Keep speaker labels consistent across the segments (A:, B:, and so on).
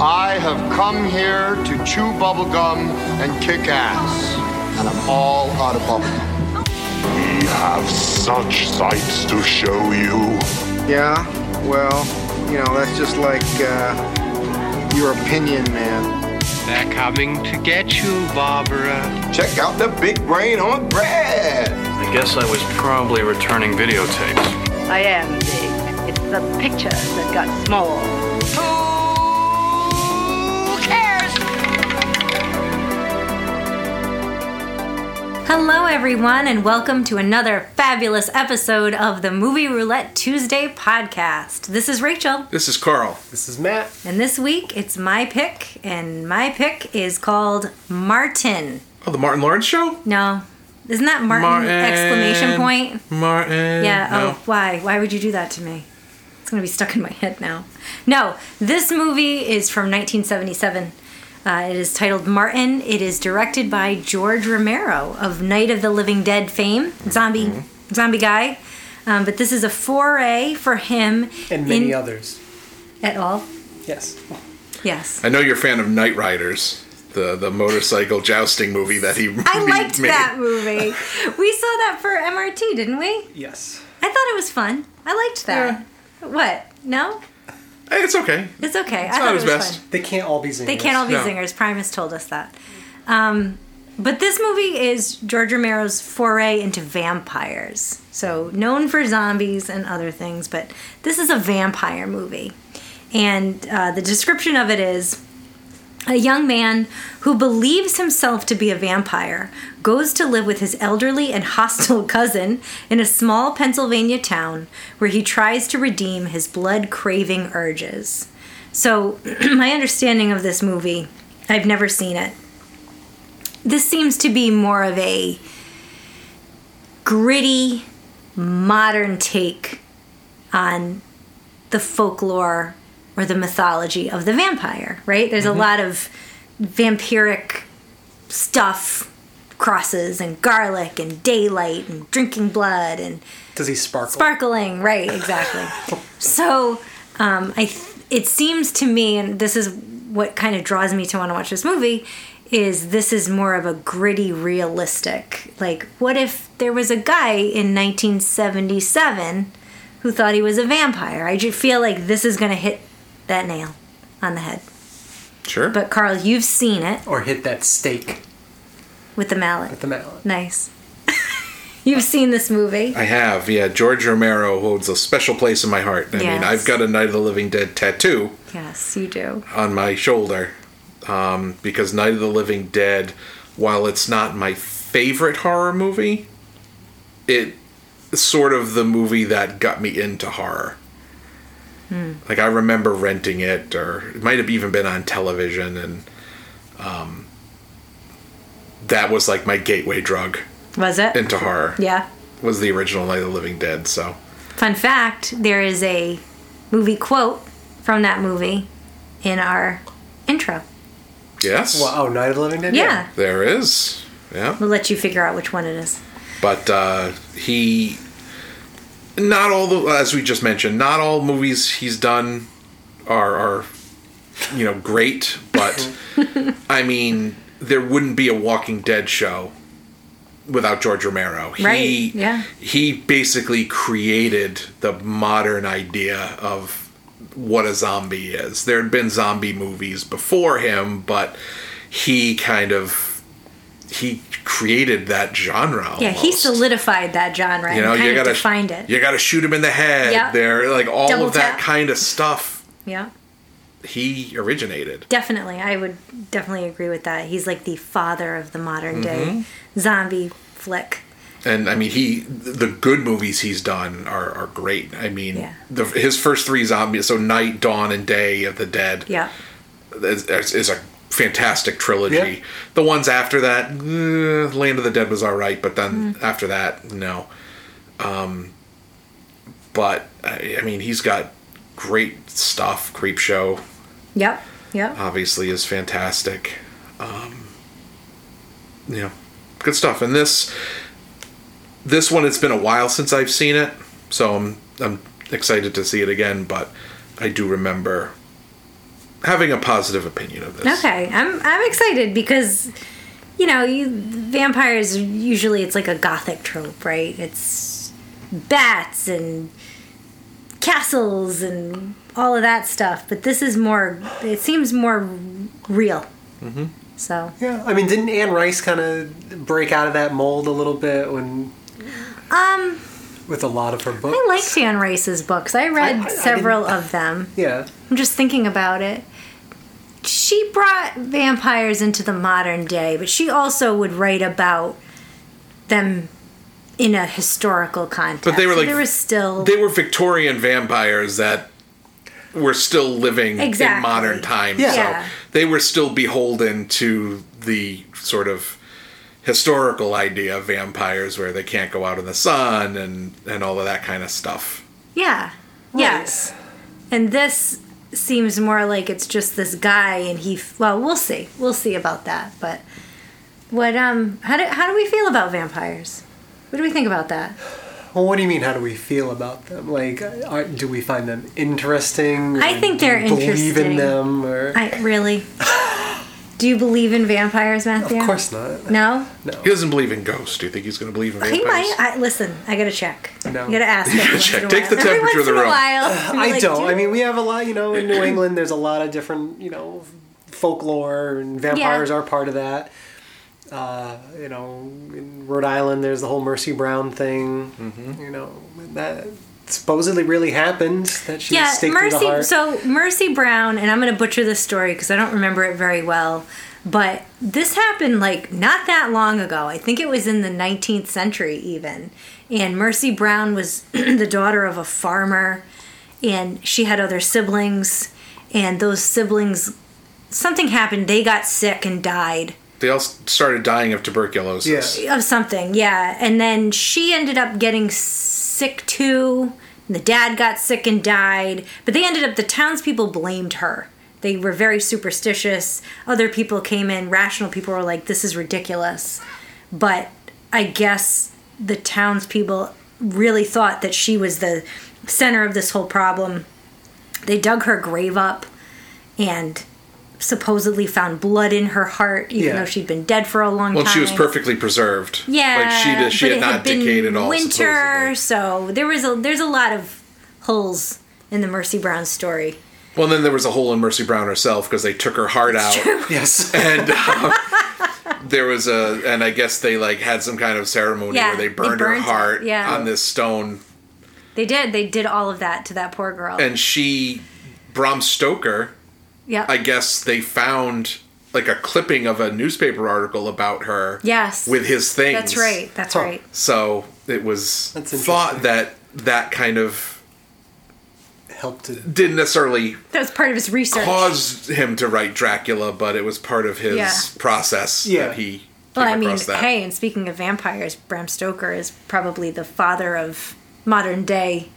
A: I have come here to chew bubblegum and kick ass. And I'm all out of bubblegum.
B: We have such sights to show you.
C: Yeah, well, you know, that's just like uh, your opinion, man.
D: They're coming to get you, Barbara.
E: Check out the big brain on Brad.
F: I guess I was probably returning videotapes.
G: I am big. It's the pictures that got small.
H: Hello, everyone, and welcome to another fabulous episode of the Movie Roulette Tuesday podcast. This is Rachel,
I: This is Carl.
J: This is Matt.
H: and this week it's my pick, and my pick is called Martin.
I: Oh, the Martin Lawrence show?
H: No, isn't that Martin,
I: Martin.
H: exclamation point?
I: Martin.
H: Yeah.
I: No.
H: Oh, why? Why would you do that to me? It's gonna be stuck in my head now. No, this movie is from 1977. Uh, it is titled Martin. It is directed by George Romero of Night of the Living Dead fame, zombie,
I: Mm-hmm.
H: zombie guy. Um, but this is a foray for him
J: And many
H: in-
J: others.
H: at all.
J: Yes.
H: Yes.
I: I know you're a fan of Night Riders, the the motorcycle jousting movie that he
H: I liked
I: made.
H: that movie. we saw that for MRT, didn't we?
J: Yes.
H: I thought it was fun. I liked that. What? No,
I: Hey, it's okay.
H: it's okay.
I: It's
H: I
I: not
H: thought
I: his
H: it was
I: best.
H: fun.
J: They can't all be zingers.
H: They can't all be
I: No.
H: zingers. Primus told us that. Um, but this movie is George Romero's foray into vampires. So known for zombies and other things, but this is a vampire movie. And uh, the description of it is a young man who believes himself to be a vampire goes to live with his elderly and hostile cousin in a small Pennsylvania town where he tries to redeem his blood craving urges. So, my understanding of this movie, I've never seen it. This seems to be more of a gritty, modern take on the folklore or the mythology of the vampire, right? There's a lot of vampiric stuff, crosses and garlic and daylight and drinking blood and
J: Does he sparkle?
H: sparkling right exactly so um, i th- it seems to me and this is what kind of draws me to want to watch this movie is this is more of a gritty realistic like what if there was a guy in 1977 who thought he was a vampire i ju- feel like this is going to hit that nail on the head
I: Sure.
H: but carl you've seen it
J: Or hit that stake
H: with the mallet
J: with the mallet.
H: nice you've seen this movie
I: I have, yeah. George Romero holds a special place in my heart. I
H: Yes.
I: mean, I've got a Night of the Living Dead tattoo
H: yes you do
I: on my shoulder um, because Night of the Living Dead, while it's not my favorite horror movie, it is sort of the movie that got me into horror. Like I remember renting it, or it might have even been on television, and um, that was like my gateway drug
H: was it
I: into horror.
H: yeah
I: was the original Night of the Living Dead. So
H: Fun fact there is a movie quote from that movie in our intro.
I: yes,
J: Well, oh, Night of the Living Dead?
H: Yeah.
I: there is. Yeah.
H: We'll let you figure out which one it is.
I: but uh, he not all the as we just mentioned not all movies he's done are are you know great but i mean there wouldn't be a walking dead show without george romero he
H: Right, yeah.
I: he basically created the modern idea of what a zombie is there had been zombie movies before him but he kind of he created that genre
H: Yeah, he
I: almost.
H: solidified that genre
I: You know,
H: and kind
I: you
H: of
I: gotta
H: defined it.
I: You gotta shoot him in the head.
H: Yep.
I: There, like all
H: Double
I: of that
H: tap.
I: kind of stuff.
H: yeah.
I: He originated.
H: Definitely. I would definitely agree with that. He's like the father of the modern day
I: Mm-hmm.
H: zombie flick.
I: and I mean he the good movies he's done are, are great. I mean
H: Yeah.
I: the, his first three zombies so Night, Dawn, and Day of the Dead
H: Yeah.
I: is, is- is a fantastic trilogy.
J: Yeah.
I: The ones after that, eh, Land of the Dead was all right, but then after that, no. Um, but I, I mean he's got great stuff. Creep Show
H: Yep. Yep.
I: obviously is fantastic. Um, you know, good stuff. And this this one, it's been a while since I've seen it, so I'm I'm excited to see it again. But I do remember having a positive opinion of this.
H: Okay, I'm I'm excited because you know you, vampires usually it's like a gothic trope, right? It's bats and castles and all of that stuff, but this is more. It seems more real. Mm-hmm. So
J: Yeah, I mean, didn't Anne Rice kind of break out of that mold a little bit when,
H: um,
J: with a lot of her books?
H: I like Dan Rice's books. I read
J: I- I
H: several of them.
J: Yeah,
H: I'm just thinking about it. She brought vampires into the modern day, but she also would write about them in a historical context.
I: But they were
H: So
I: like-
H: there was still
I: They were Victorian vampires that were still living
H: Exactly.
I: in modern times.
J: Yeah.
H: Yeah.
I: So they were still beholden to the sort of historical idea of vampires where they can't go out in the sun and, and all of that kind of stuff.
H: yeah, yes. And this seems more like it's just this guy, and he. Well, we'll see. We'll see about that. But what? Um, how do how do we feel about vampires? What do we think about that?
J: Well, what do you mean? How do we feel about them? Like, are, do we find them interesting?
H: I
J: Or
H: think
J: do
H: they're
J: we Believe
H: interesting.
J: in them, or
H: I really. do you believe in vampires,
J: of
H: Matthew?
J: course not.
H: No.
I: He doesn't believe in ghosts. Do you think he's going to believe in vampires?
H: He might. I, listen, I gotta check.
J: No.
H: You gotta ask. You
I: gotta check. Take the temperature of the room.
J: I don't. I mean, we have a lot. You know, in New England, there's a lot of different. You know, folklore and vampires are part of that. Uh, you know, in Rhode Island, there's the whole Mercy Brown thing. You know that supposedly really happened. That she
H: yeah,
J: was staked through the
H: Mercy.
J: heart.
H: So Mercy Brown, and I'm gonna butcher this story because I don't remember it very well. But this happened like not that long ago. I think it was in the 19th century even. And Mercy Brown was the daughter of a farmer, and she had other siblings, and those siblings. Something happened. They got sick and died.
I: They all started dying of tuberculosis.
H: of something, yeah. And then she ended up getting sick too. And the dad got sick and died. But they ended up, the townspeople blamed her. They were very superstitious. Other people came in, rational people were like, this is ridiculous. But I guess the townspeople really thought that she was the center of this whole problem. They dug her grave up and supposedly found blood in her heart, even
J: Yeah.
H: though she'd been dead for a long
I: Well,
H: time.
I: she was perfectly preserved.
H: Yeah,
I: like she did, she
H: but
I: had
H: it
I: not
H: been
I: decayed at all.
H: Winter,
I: supposedly.
H: so there was a there's a lot of holes in the Mercy Brown story.
I: Well, then there was a hole in Mercy Brown herself because they took her heart out,
J: yes.
I: and uh, there was a, and I guess they like had some kind of ceremony
H: Yeah,
I: where they
H: they
I: burned, her
H: burnt it,
I: heart
H: yeah.
I: on this stone,
H: They did they did all of that to that poor girl.
I: and she, Bram Stoker,
H: yeah.
I: I guess they found like a clipping of a newspaper article about her.
H: Yes.
I: with his things.
H: that's right. That's
J: Huh.
H: right.
I: So it was
J: That's
I: thought that that kind of
J: Helped to
I: didn't necessarily
H: That was part of his research.
I: caused him to write Dracula, but it was part of his
H: Yeah.
I: process
J: Yeah.
I: that he came
H: well, I mean,
I: across that.
H: hey, and speaking of vampires, Bram Stoker is probably the father of modern day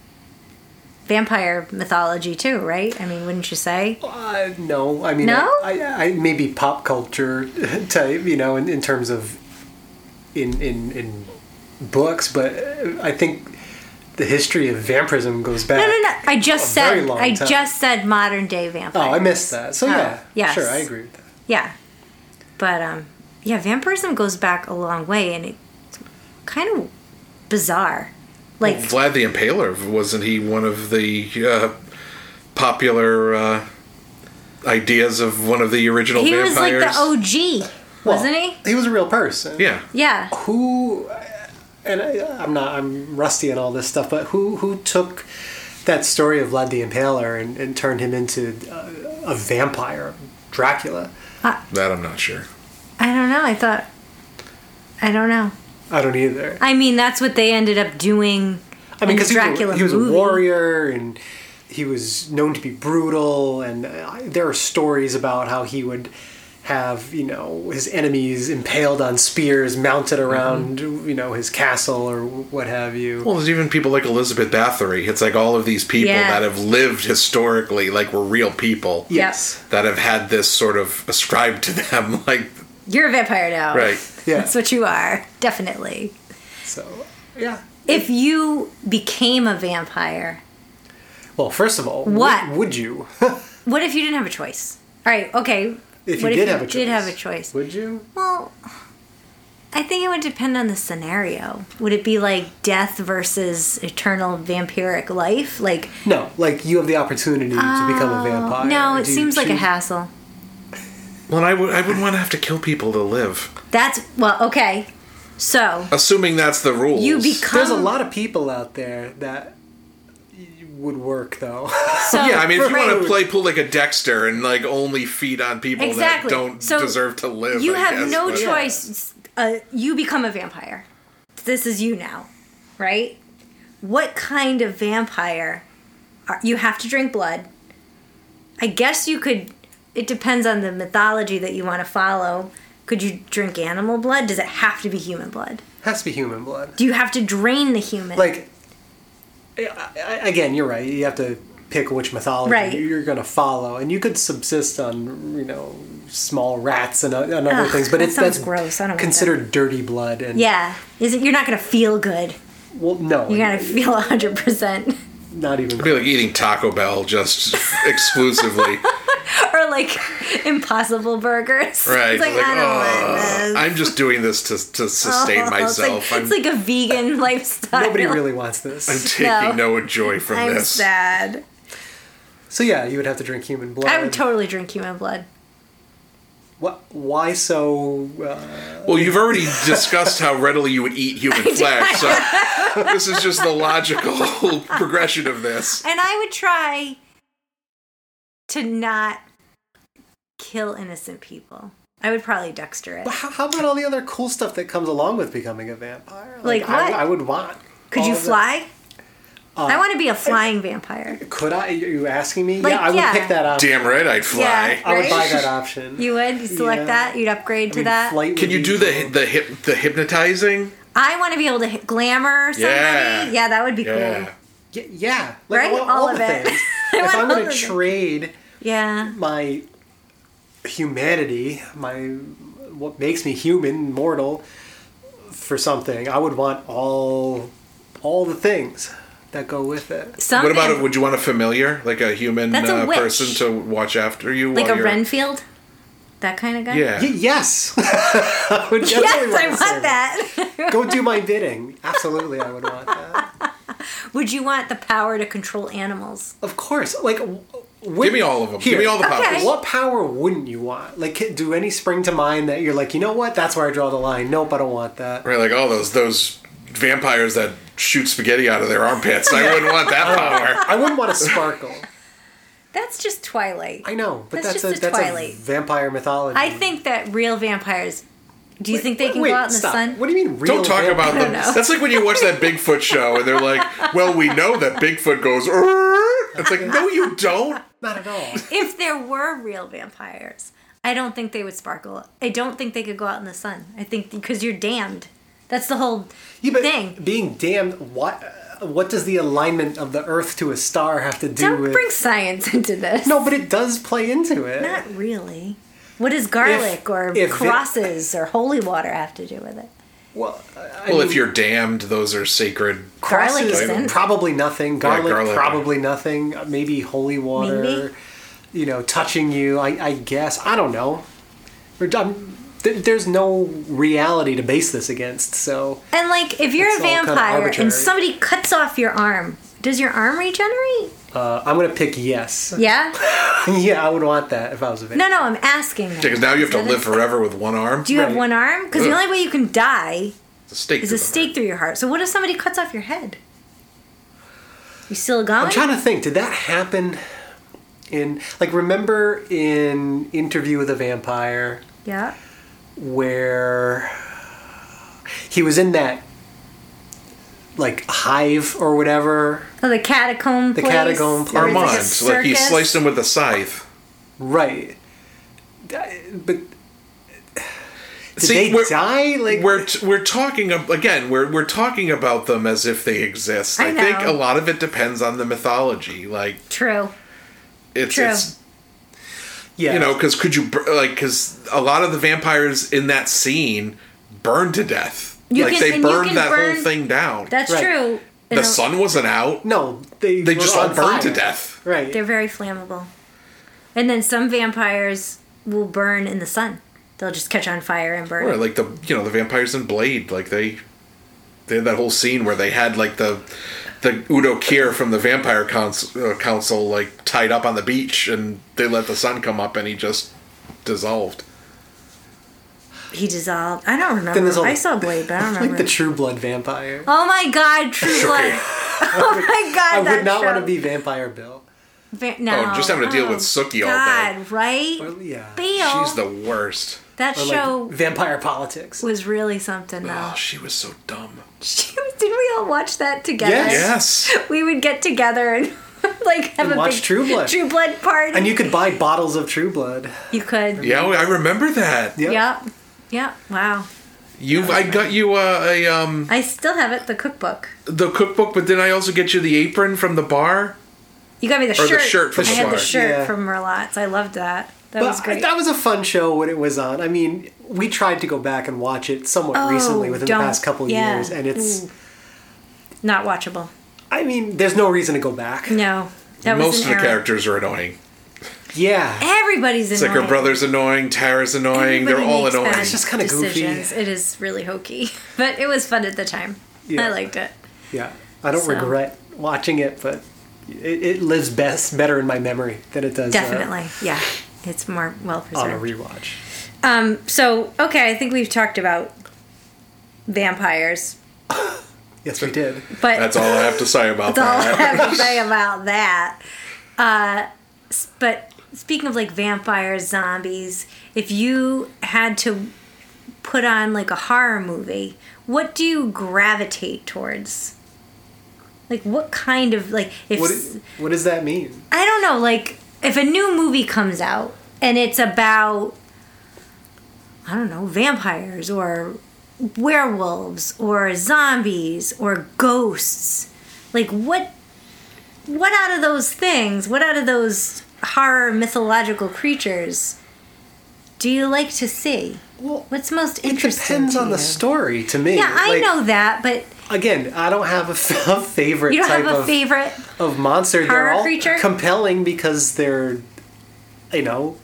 H: vampire mythology too, right? I mean, wouldn't you say?
J: Uh, no, I mean,
H: No?
J: I, I, maybe pop culture type, you know, in, in terms of in in in books, but uh, I think the history of vampirism goes back.
H: No, no, no. I just
J: A very
H: said
J: long
H: I
J: time.
H: just said modern day vampires.
J: Oh, I missed that. So
H: Oh,
J: yeah,
H: yes.
J: sure, I agree with that.
H: Yeah. But um yeah, vampirism goes back a long way and it's kind of bizarre. Like
I: Vlad the Impaler wasn't he one of the uh, popular uh, ideas of one of the original
H: he was like
I: vampires?
H: the OG,
J: Well,
H: wasn't he?
J: He was a real person.
I: yeah,
H: Yeah.
J: Who? And I, I'm not. I'm rusty on all this stuff, but who who took that story of Vlad the Impaler and, and turned him into uh, a, a vampire, Dracula?
I: that I'm not sure.
H: I don't know. I thought I don't know.
J: I don't either.
H: I mean, that's what they ended up doing.
J: I mean,
H: in the
J: because he, was a-
H: Dracula
J: he was a
H: movie.
J: warrior and he was known to be brutal, and uh, there are stories about how he would have you know his enemies impaled on spears mounted
H: Mm-hmm.
J: around you know his castle or what have you.
I: Well, there's even people like Elizabeth Bathory. It's like all of these people
H: Yeah.
I: that have lived historically, like were real people
J: yes,
I: that have had this sort of ascribed to them, like
H: You're a vampire now.
I: right.
J: yeah.
H: That's what you are. Definitely.
J: so yeah.
H: If you became a vampire,
J: Well, first of all,
H: What?
J: would, would you?
H: what if you didn't have a choice? All right. Okay.
J: If you
H: what
J: did have a
H: did
J: choice.
H: have a choice?
J: Would you?
H: Well, I think it would depend on the scenario. Would it be like death versus eternal vampiric life? Like,
J: No, like you have the opportunity to become a vampire.
H: Oh, no, it
J: Do you
H: seems like a
J: choose-
H: hassle.
I: Well, I would I wouldn't want to have to kill people to live.
H: That's well, okay. So
I: Assuming that's the rules.
H: you become
J: There's a lot of people out there that would work though.
H: So,
I: Yeah, I mean, if you want
H: right.
I: to play pool like a Dexter and like only feed on people
H: Exactly.
I: that don't
H: So
I: deserve to live,
H: you
I: I
H: have
I: guess,
H: no
I: but-
H: choice. Uh, you become a vampire. This is you now, right? What kind of vampire? Are, you have to drink blood. I guess you could. It depends on the mythology that you want to follow. Could you drink animal blood? Does it have to be human blood?
J: Has to be human blood.
H: Do you have to drain the human?
J: Like I- I- again, you're right. You have to pick which mythology
H: Right.
J: you're going to follow, and you could subsist on you know small rats and, o- and other things. But
H: that
J: it's
H: sounds
J: that's
H: gross. I don't want that.
J: considered dirty blood. And
H: yeah, is it? You're not gonna feel good.
J: well, no,
H: You're
I: Oh,
H: gonna feel hundred percent,
J: not even.
I: It'd be like eating Taco Bell just exclusively.
H: or like impossible burgers.
I: Right.
H: It's like, I don't want
I: "Oh,
H: this.
I: I'm just doing this to, to
H: Oh,
I: sustain
H: it's like-
I: myself. I'm,
H: It's like, a vegan lifestyle.
J: Nobody really wants this.
I: I'm taking no, joy from
H: I'm
I: this.
H: sad.
J: So yeah, you would have to drink human blood.
H: I would totally drink human blood.
J: Wha- Why so? Uh,
I: Well, you've already discussed how readily you would eat human flesh, so this is just the logical progression of this.
H: And I would try to not kill innocent people. I would probably Dexter it.
J: how, how about all the other cool stuff that comes along with becoming a vampire?
H: Like what?
J: I, I would want.
H: Could you
J: all Uh, of that.
H: fly? I want to be a flying vampire.
J: Could I? Are you asking me?
H: Like,
J: yeah, I would
H: yeah.
J: pick that option.
I: Damn right, I'd fly.
H: Yeah.
J: I would
H: Right?
J: buy that option.
H: You would? You select
J: Yeah.
H: that? You'd upgrade
J: I
H: to
J: mean,
H: that?
J: flight
I: Can
J: would
I: you
J: be
I: do the
J: cool.
I: the hyp, the hypnotizing?
H: I want to be able to hit glamour somebody.
I: Yeah.
H: Yeah, that would be
I: Yeah.
H: cool.
J: Y- yeah, like,
H: Right?
J: All,
H: All
J: all the
H: of it.
J: things.
H: I
J: if
H: want
J: I'm
H: all
J: going
H: of
J: to
H: it.
J: trade
H: Yeah.
J: my humanity, my what makes me human, mortal, for something, I would want all all the things that go with it.
H: Some
I: What about
H: vamp-
I: it? Would you want a familiar, like a human
H: That's a
I: uh,
H: witch.
I: person to watch after you?
H: like
I: while
H: a
I: you're-
H: Renfield? That kind of guy?
I: Yeah.
J: Y- yes, I would definitely
H: Yes, I
J: to
H: want
J: serve it.
H: that.
J: Go do my bidding. Absolutely, I would want that.
H: Would you want the power to control animals?
J: Of course, like. w-
I: Give
J: wouldn't-
I: me all of them.
J: Here.
I: Give me all the
H: Okay.
I: powers.
J: What power wouldn't you want? Like, do any spring to mind that you're like, you know what? That's where I draw the line. Nope, I don't want that.
I: Right, like all those those vampires that shoot spaghetti out of their armpits. I wouldn't want
H: Oh.
I: that power.
J: I wouldn't want to sparkle.
H: That's just Twilight.
J: I know, but
H: That's
J: that's,
H: just
J: a,
H: a
J: that's
H: Twilight.
J: a vampire mythology.
H: I think that real vampires. Do you think they can
J: Wait,
H: go out in
J: stop.
H: the sun?
J: What do you mean? Real
I: Don't talk about
H: don't
I: them.
H: know.
I: That's like when you watch that Bigfoot show and they're like, "Well, we know that Bigfoot goes." "Arr." It's like, no, you don't.
J: Not at all.
H: If there were real vampires, I don't think they would sparkle. I don't think they could go out in the sun. I think because you're damned. That's the whole
J: Yeah, but
H: thing.
J: being damned. What? What does the alignment of the Earth to a star have to do
H: Don't
J: with?
H: bring science into this.
J: no, but it does play into it.
H: Not really. What does garlic or
J: if it-
H: crosses or holy water have to do with it?
J: well, I
I: Well,
J: mean,
I: if you're damned, those are sacred.
H: Garlic
J: crosses,
H: is in.
J: probably nothing. Garlic,
I: garlic.
J: probably nothing. Maybe holy water.
H: Maybe.
J: You know, touching you. I, I guess. I don't know. We're done. There- There's no reality to base this against, so
H: And like, if you're
J: It's
H: a
J: all kinda
H: vampire
J: arbitrary.
H: and somebody cuts off your arm, does your arm regenerate?
J: uh, I'm gonna pick yes.
H: Yeah.
J: yeah, I would want that if I was a vampire.
H: No, no, I'm asking. that.
I: Because now you have to live forever with one arm.
H: Do you have
J: Right.
H: one arm? Because the
I: Ugh.
H: only way you can die
I: It's a stake.
H: is
I: through
H: a
I: the heart.
H: stake through your heart. So what if somebody cuts off your head? You still
J: I'm
H: going?
J: trying to think. Did that happen in like remember in Interview with a Vampire
H: yeah.
J: where he was in that like hive or whatever
H: Oh, the catacomb.
J: The
H: place,
J: catacomb
H: where it's
I: Armand,
H: a
I: like he
H: circus.
I: sliced him with a scythe.
J: Right. But did
I: See,
J: they
I: we're-
J: die? Like
I: we're t- we're talking ab- again. We're we're talking about them as if they exist.
H: I
I: I, think
H: know.
I: a lot of it depends on the mythology. Like
H: True.
I: it's
H: True.
I: it's
J: yeah.
I: you know because could you bur- like because a lot of the vampires in that scene burn to death
H: You
I: like
H: can-
I: they
H: and you
I: burned
H: can
I: that
H: burn-
I: whole thing down
H: That's
J: Right.
H: true. You
I: the
H: know,
I: sun wasn't out
J: no, they
I: they
J: were
I: just all
J: on
I: burned to
J: fire.
I: death
J: Right.
H: They're very flammable. And then some vampires will burn in the sun. They'll just catch on fire and burn.
I: Right, like the you know the vampires in Blade, like they they had that whole scene where they had like the the Udo Kier from the Vampire Council, uh, Council like tied up on the beach, and they let the sun come up, and he just dissolved.
H: He dissolved. I don't remember.
J: Then there's all-
H: I saw Blade, but I don't remember.
J: Like the True Blood vampire.
H: oh my god, True Blood. oh my god,
J: I would
H: that
J: not
H: show.
J: want to be Vampire Bill.
H: Va- no.
I: Oh, just having to deal with Sookie all
H: God,
I: day.
H: right?
J: Well, yeah.
H: Bill.
I: She's the worst.
H: that
J: Or
H: show
J: like vampire politics.
H: was really something, though.
I: Oh, she was so dumb.
H: Did we all watch that together?
I: Yes.
H: We would get together and like have
J: And
H: a
J: watch
H: big
J: True Blood.
H: True Blood party.
J: And you could buy bottles of True Blood.
H: You could.
I: Yeah, I remember that.
J: Yep.
H: Yep. Yep. Wow.
I: You, I got you uh, a um
H: I still have it, the cookbook.
I: the cookbook, but then I also get you the apron from the bar.
H: You got me the
I: Or the
H: shirt.
I: shirt from
H: I had the
I: Smart's.
H: shirt
J: Yeah.
H: from Merlot's. I loved that. That
J: But
H: was great.
J: that was a fun show when it was on. I mean, we tried to go back and watch it somewhat
H: Oh,
J: recently within the
H: don't.
J: past couple
H: Yeah. Mm.
J: years, and it's.
H: Not watchable.
J: I mean, there's no reason to go back.
H: No. That was an
I: Most of the
H: error.
I: characters are annoying.
J: Yeah.
H: Everybody's
I: It's like
H: annoying.
I: her brother's annoying, Tara's annoying.
H: Everybody
I: They're all
H: makes
I: annoying.
H: bad
J: It's just kinda goofy.
H: decisions. It is really hokey, but it was fun at the time.
J: Yeah.
H: I liked it.
J: Yeah. I don't
H: So.
J: regret watching it, but it, it lives best better in my memory than it does uh,
H: Definitely, yeah. It's more well
J: on a
H: preserved.
J: rewatch.
H: um. So okay, I think we've talked about vampires,
J: Yes, we did.
H: but
I: That's all I have to say about
H: that's all I
I: that.
H: have to say about that. Uh, s- but speaking of like vampires, zombies, if you had to put on like a horror movie, what do you gravitate towards? Like what kind of like if
J: What,
H: s-
J: what does that mean?
H: I don't know, like if a new movie comes out and it's about I don't know, vampires or werewolves or zombies or ghosts. Like what what out of those things, what out of those horror mythological creatures do you like to see?
J: Well,
H: What's most
J: it
H: interesting?
J: depends
H: to
J: on the
H: you?
J: story to me.
H: Yeah, I
J: Like,
H: know that, but
J: Again, I don't have a, f- a favorite
H: you don't
J: type
H: have a
J: of,
H: favorite.
J: of monster. They're
H: horror
J: all
H: creature?
J: compelling because they're, you know,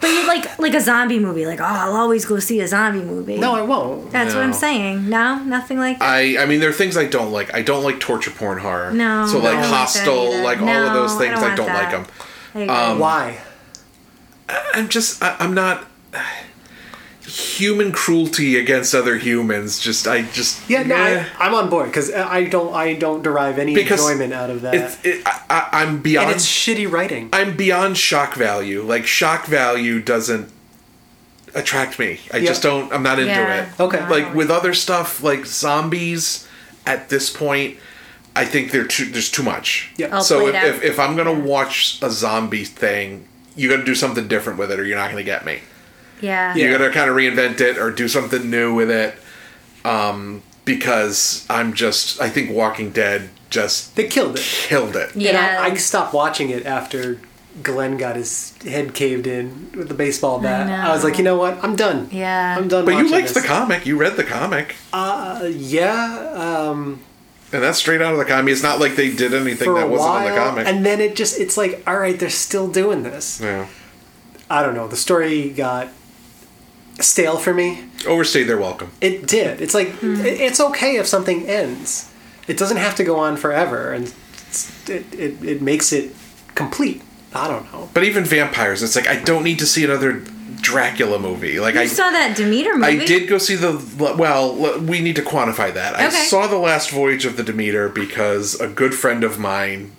H: But you like like a zombie movie, like oh, I'll always go see a zombie movie.
J: no, I won't.
H: That's what I'm
I: No. Uh,
H: saying. No, nothing like that.
I: I, I mean, there are things I don't like. I don't like torture porn horror.
H: No,
I: So
H: I
I: like
H: don't like that
I: hostile,
H: either.
I: like all
H: No,
I: of those
H: I
I: things,
H: don't
I: I
H: want
I: don't,
H: that.
I: like 'em. like them.
H: I agree.
I: Um,
J: Why?
I: I'm just I, I'm not human cruelty against other humans. Just I just
J: Yeah, no,
I: Meh.
J: I, I'm on board because I I don't, I don't derive any
I: Because
J: enjoyment out of that,
I: it's it, I, I, I'm
J: and
I: beyond
J: it's shitty writing.
I: I'm beyond shock value. Like shock value doesn't attract me. I
J: Yeah.
I: just don't. I'm not into
H: Yeah.
I: it.
J: Okay.
H: No.
I: Like with other stuff, like zombies. At this point, I think they're too, there's too much.
J: Yeah.
H: All
I: So
H: played
I: if,
H: out.
I: if if I'm gonna watch a zombie thing, you got to do something different with it, or you're not gonna get me.
H: yeah.
I: You got to kind of reinvent it or do something new with it. Um, because I'm just. I think Walking Dead just
J: They killed it.
I: killed it.
J: And
H: Yeah.
J: I, I stopped watching it after Glenn got his head caved in with the baseball bat. I, was like, you know what? I'm done.
H: Yeah.
J: I'm done.
I: But you
J: watching
I: liked
J: this.
I: the comic. You read the comic.
J: Uh, yeah. Um,
I: And that's straight out of the comic. It's not like they did anything
J: for a
I: that wasn't
J: while,
I: on the comic.
J: and then it just it's like, all right, they're still doing this.
I: yeah.
J: I don't know. The story got stale for me.
I: Overstayed their welcome.
J: It did. It's like it, it's okay if something ends. It doesn't have to go on forever, and it's- it it, it makes it complete. I don't know.
I: But even vampires, it's like I don't need to see another Dracula movie. Like
H: You
I: I
H: saw that Demeter movie.
I: I did go see the well, l- we need to quantify that. I
H: Okay.
I: saw The Last Voyage of the Demeter because a good friend of mine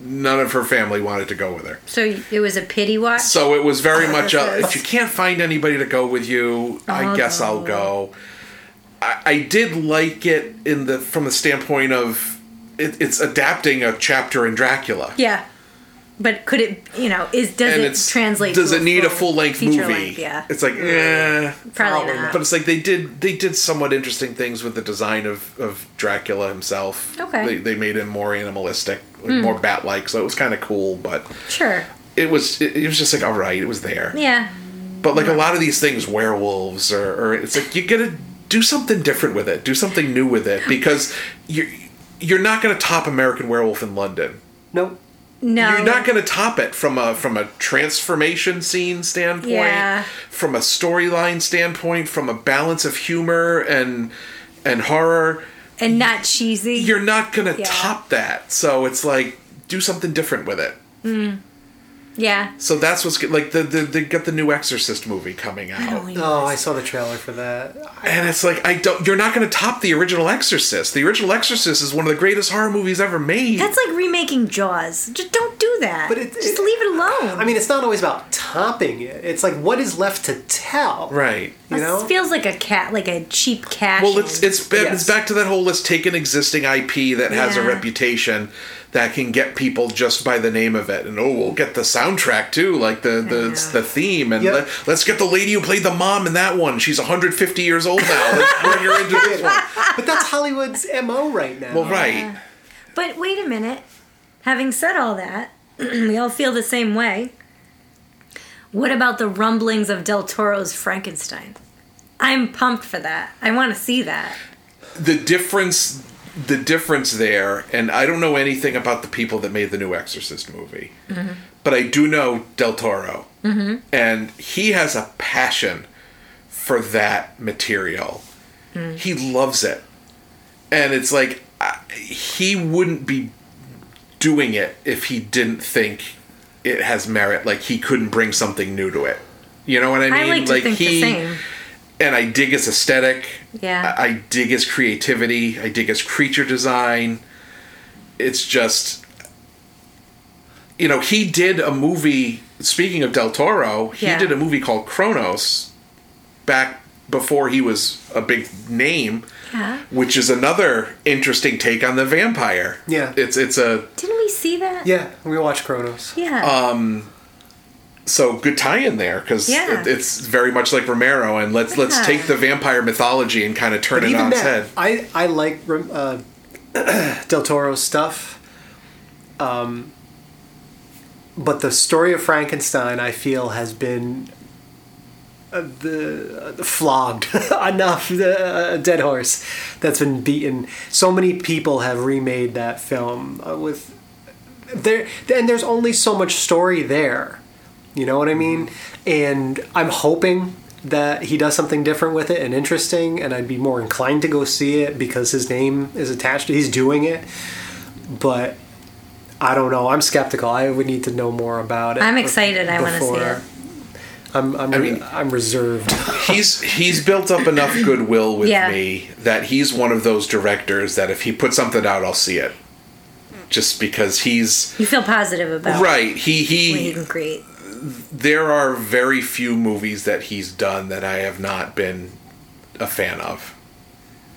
I: none of her family wanted to go with her.
H: So it was a pity watch.
I: So it was very much a,
H: Yes.
I: if you can't find anybody to go with you, I
H: I'll
I: guess I'll
H: Uh-huh.
I: go. I, I did like it in the from the standpoint of it, it's adapting a chapter in Dracula.
H: yeah. But could it, you know, is does
I: And
H: it
I: it's
H: translate?
I: Does
H: to
I: it need a full length movie?
H: feature length? Yeah, Mm.
I: It's like, eh.
H: probably, not.
I: But it's like they did they did somewhat interesting things with the design of, of Dracula himself.
H: Okay. Hmm.
I: They, they made him more animalistic, more bat like, so it was kind of cool. But
H: sure.
I: it was it, it was just like all right, it was there.
H: Yeah.
I: But like a lot of these things, werewolves or, or it's like you gotta do something different with it, do something new with it because you you're not gonna top American Werewolf in London.
J: Nope.
H: No.
I: You're not going to top it from a from a transformation scene standpoint,
H: Yeah.
I: from a storyline standpoint, from a balance of humor and and horror.
H: and not cheesy.
I: You're not going to
H: Yeah.
I: top that. So it's like do something different with it.
H: yeah.
I: So that's what's good. like the, the they got the new Exorcist movie coming out,
H: don't
J: Oh, I saw the trailer for that.
I: and it's like I don't. You're not going to top the original Exorcist. The original Exorcist is one of the greatest horror movies ever made.
H: That's like remaking Jaws. Just don't do that.
J: But it-
H: just
J: it-
H: leave it alone.
J: I mean, it's not always about topping it. It's like what is left to tell.
I: right.
J: You know.
H: this feels like a cat, like a cheap cash.
I: Well, it's it's ba-
J: Yes.
I: it's back to that whole let's take an existing IP that has a
H: Yeah.
I: reputation that can get people just by the name of it, and oh, we'll get the soundtrack too, like the the,
H: Yeah.
I: the theme, and
J: Yep.
I: let, let's get the lady who played the mom in that one. She's 150 years old now. Let's bring her into this one.
J: But that's Hollywood's mo right now.
I: Well, right.
H: But wait a minute. Having said all that, we all feel the same way. What about the rumblings of Del Toro's Frankenstein? I'm pumped for that. I want to see that.
I: the difference the difference there and i don't know anything about the people that made the new exorcist movie
H: Mm-hmm.
I: but i do know del toro and he has a passion for that material
H: Mm.
I: he loves it and it's like I, he wouldn't be doing it if he didn't think it has merit like he couldn't bring something new to it you know what i mean
H: I, like to think the same.
I: and I dig his aesthetic.
H: Yeah.
I: I, I dig his creativity. I dig his creature design. It's just, you know, he did a movie. Speaking of Del Toro, he
H: Yeah.
I: did a movie called Kronos back before he was a big name,
H: Yeah.
I: which is another interesting take on the vampire.
J: Yeah.
I: it's it's a
H: Didn't we see that?
J: Yeah, we watch Kronos.
H: Yeah.
I: Uh, so good tie-in there because
H: Yeah.
I: it's very much like Romero, and let's let's
H: Yeah.
I: take the vampire mythology and kind of turn it on its head.
J: I, I like rem- uh, Del Toro's stuff. Um, but the story of Frankenstein, I feel, has been uh, the, uh, flogged enough. The uh, dead horse that's been beaten. So many people have remade that film uh, with there, and there's only so much story there. You know what I mean? And I'm hoping that he does something different with it and interesting, and I'd be more inclined to go see it because his name is attached. to He's doing it, but I don't know. I'm skeptical. I would need to know more about it.
H: I'm excited. I wanna see
J: before-
H: it.
J: I'm I'm,
I: mean-
J: I'm reserved.
I: he's he's built up enough goodwill with
H: Yeah.
I: me that he's one of those directors that if he puts something out, I'll see it. Just because he's
H: you feel positive about
I: right, he
H: what you
I: he
H: can create.
I: there are very few movies that he's done that I have not been a fan of.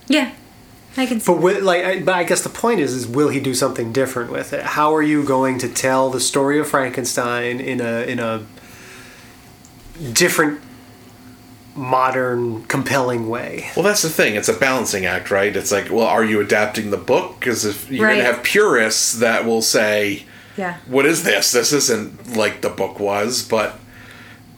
H: Yeah. I can see.
J: But wi- like, I, but I guess the point is, is will he do something different with it? How are you going to tell the story of Frankenstein in a in a different, modern, compelling way?
I: Well, that's the thing. It's a balancing act, right? It's like, well, are you adapting the book? Because if you're going
H: Right.
I: to have purists that will say,
H: Yeah.
I: what is this? This isn't like the book was, but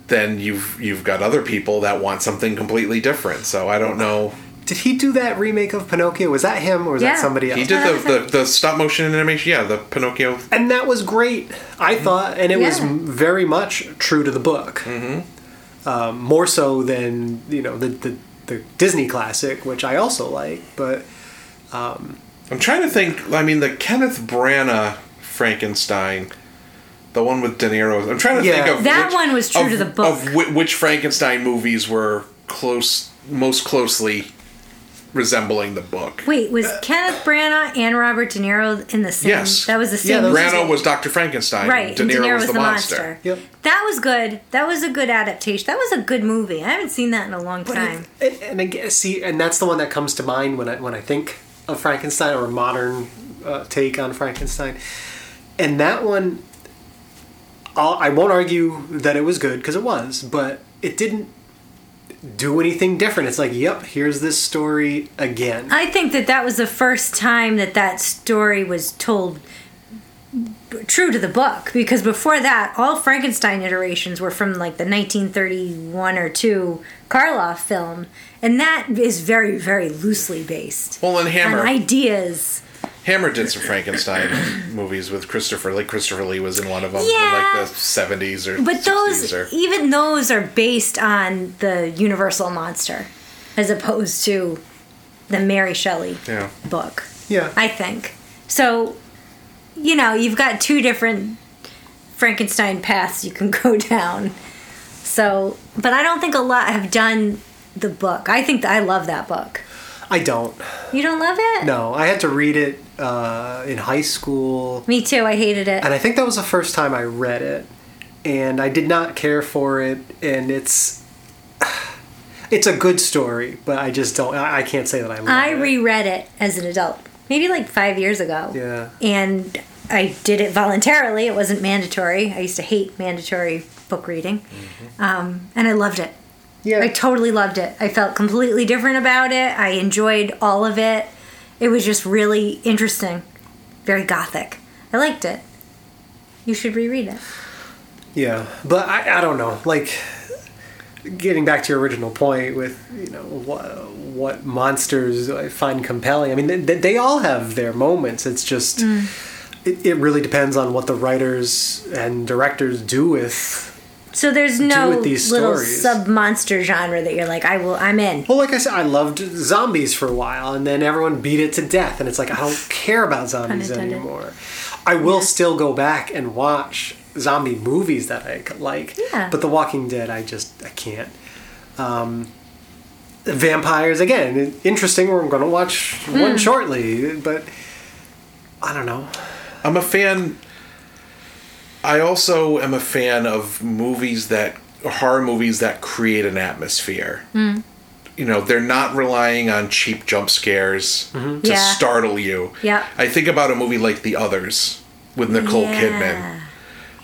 I: then you've you've got other people that want something completely different. So I don't know.
J: Did he do that remake of Pinocchio? Was that him or was that
H: Yeah.
J: somebody else?
I: He did the, the the stop motion animation, yeah, the Pinocchio.
J: and that was great. I thought, and it was
H: Yeah.
J: m- very much true to the book, mm-hmm. um, more so than you know the, the the Disney classic, which I also like, but.
I: I'm trying to think. I mean, the Kenneth Branagh Frankenstein, the one with De Niro. I'm trying to
J: Yeah.
I: think of
H: That one was true
I: of-
H: to the book.
I: Of whi- which Frankenstein movies were close most closely resembling the book?
H: Wait, was Kenneth Branagh and Robert De Niro in the same?
I: Yes.
H: That was the
J: Yeah,
H: same.
J: those-
H: movie?
I: Branagh was Doctor Frankenstein.
H: Right,
I: De Niro, was, the, monster.
J: Yep.
H: That was good. That was a good adaptation. That was a good movie. I haven't seen that in a long
J: But
H: time.
J: it- and, and again, see, and that's the one that comes to mind when I when I think of Frankenstein or a modern uh, take on Frankenstein. And that one, I'll, I won't argue that it was good because it was, but it didn't do anything different. It's like, yep, here's this story again.
H: I think that that was the first time that that story was told b- true to the book because before that all Frankenstein iterations were from like the 1931 or 2 Karloff film and that is very very loosely based
I: Well, and
H: on
I: Hammer.
H: ideas
I: Hammer did some Frankenstein movies with Christopher Lee. Christopher Lee was in one of them in
H: Yeah.
I: like the 70s or
H: But
I: 60s
H: those,
I: or,
H: even those, are based on the Universal monster, as opposed to the Mary Shelley
I: yeah.
H: book.
J: Yeah.
H: I think so. You know, you've got two different Frankenstein paths you can go down. So, but I don't think a lot have done the book. I think that I love that book.
J: I don't.
H: You don't love it?
J: No, I had to read it uh, in high school,
H: Me too. I hated it.
J: and I think that was the first time I read it, and I did not care for it. And it's it's a good story, but I just don't. I, I can't say that I love
H: I
J: it.
H: reread it as an adult, maybe like five years ago.
J: Yeah.
H: And I did it voluntarily. It wasn't mandatory. I used to hate mandatory book reading.
J: Mm-hmm.
H: Um, and I loved it.
J: yeah.
H: I totally loved it. I felt completely different about it. I enjoyed all of it. It was just really interesting, very gothic. I liked it. You should reread it.
J: Yeah, but I, I don't know. Like, getting back to your original point with you know what what monsters I find compelling. I mean, they, they all have their moments. It's just it, it really depends on what the writers and directors do with.
H: So there's no
J: with these
H: little
J: stories.
H: sub monster genre that you're like, I will, I'm in.
J: Well, like I said, I loved zombies for a while, and then everyone beat it to death, and it's like I don't care about zombies
H: Unintended.
J: anymore. I will still go back and watch zombie movies that I like,
H: Yeah.
J: but The Walking Dead, I just I can't. Um, vampires again, interesting. We're going to watch
H: Mm.
J: one shortly, but I don't know.
I: I'm a fan. I also am a fan of movies that horror movies that create an atmosphere.
H: Hmm.
I: You know, they're not relying on cheap jump scares to
H: Mm-hmm. Yeah.
I: startle you.
H: Yep.
I: I think about a movie like The Others with Nicole
H: Yeah.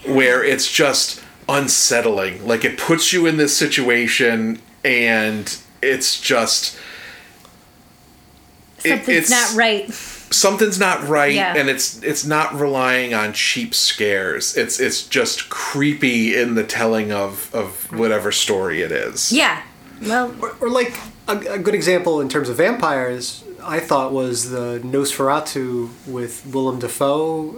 I: Kidman, where it's just unsettling. Like it puts you in this situation, and it's just it-
H: Something's not right.
I: something's not right
H: Yeah.
I: and it's it's not relying on cheap scares it's it's just creepy in the telling of of whatever story it is
H: Yeah. Well,
J: Or, or like a, a good example in terms of vampires, I thought was the Nosferatu with Willem Dafoe,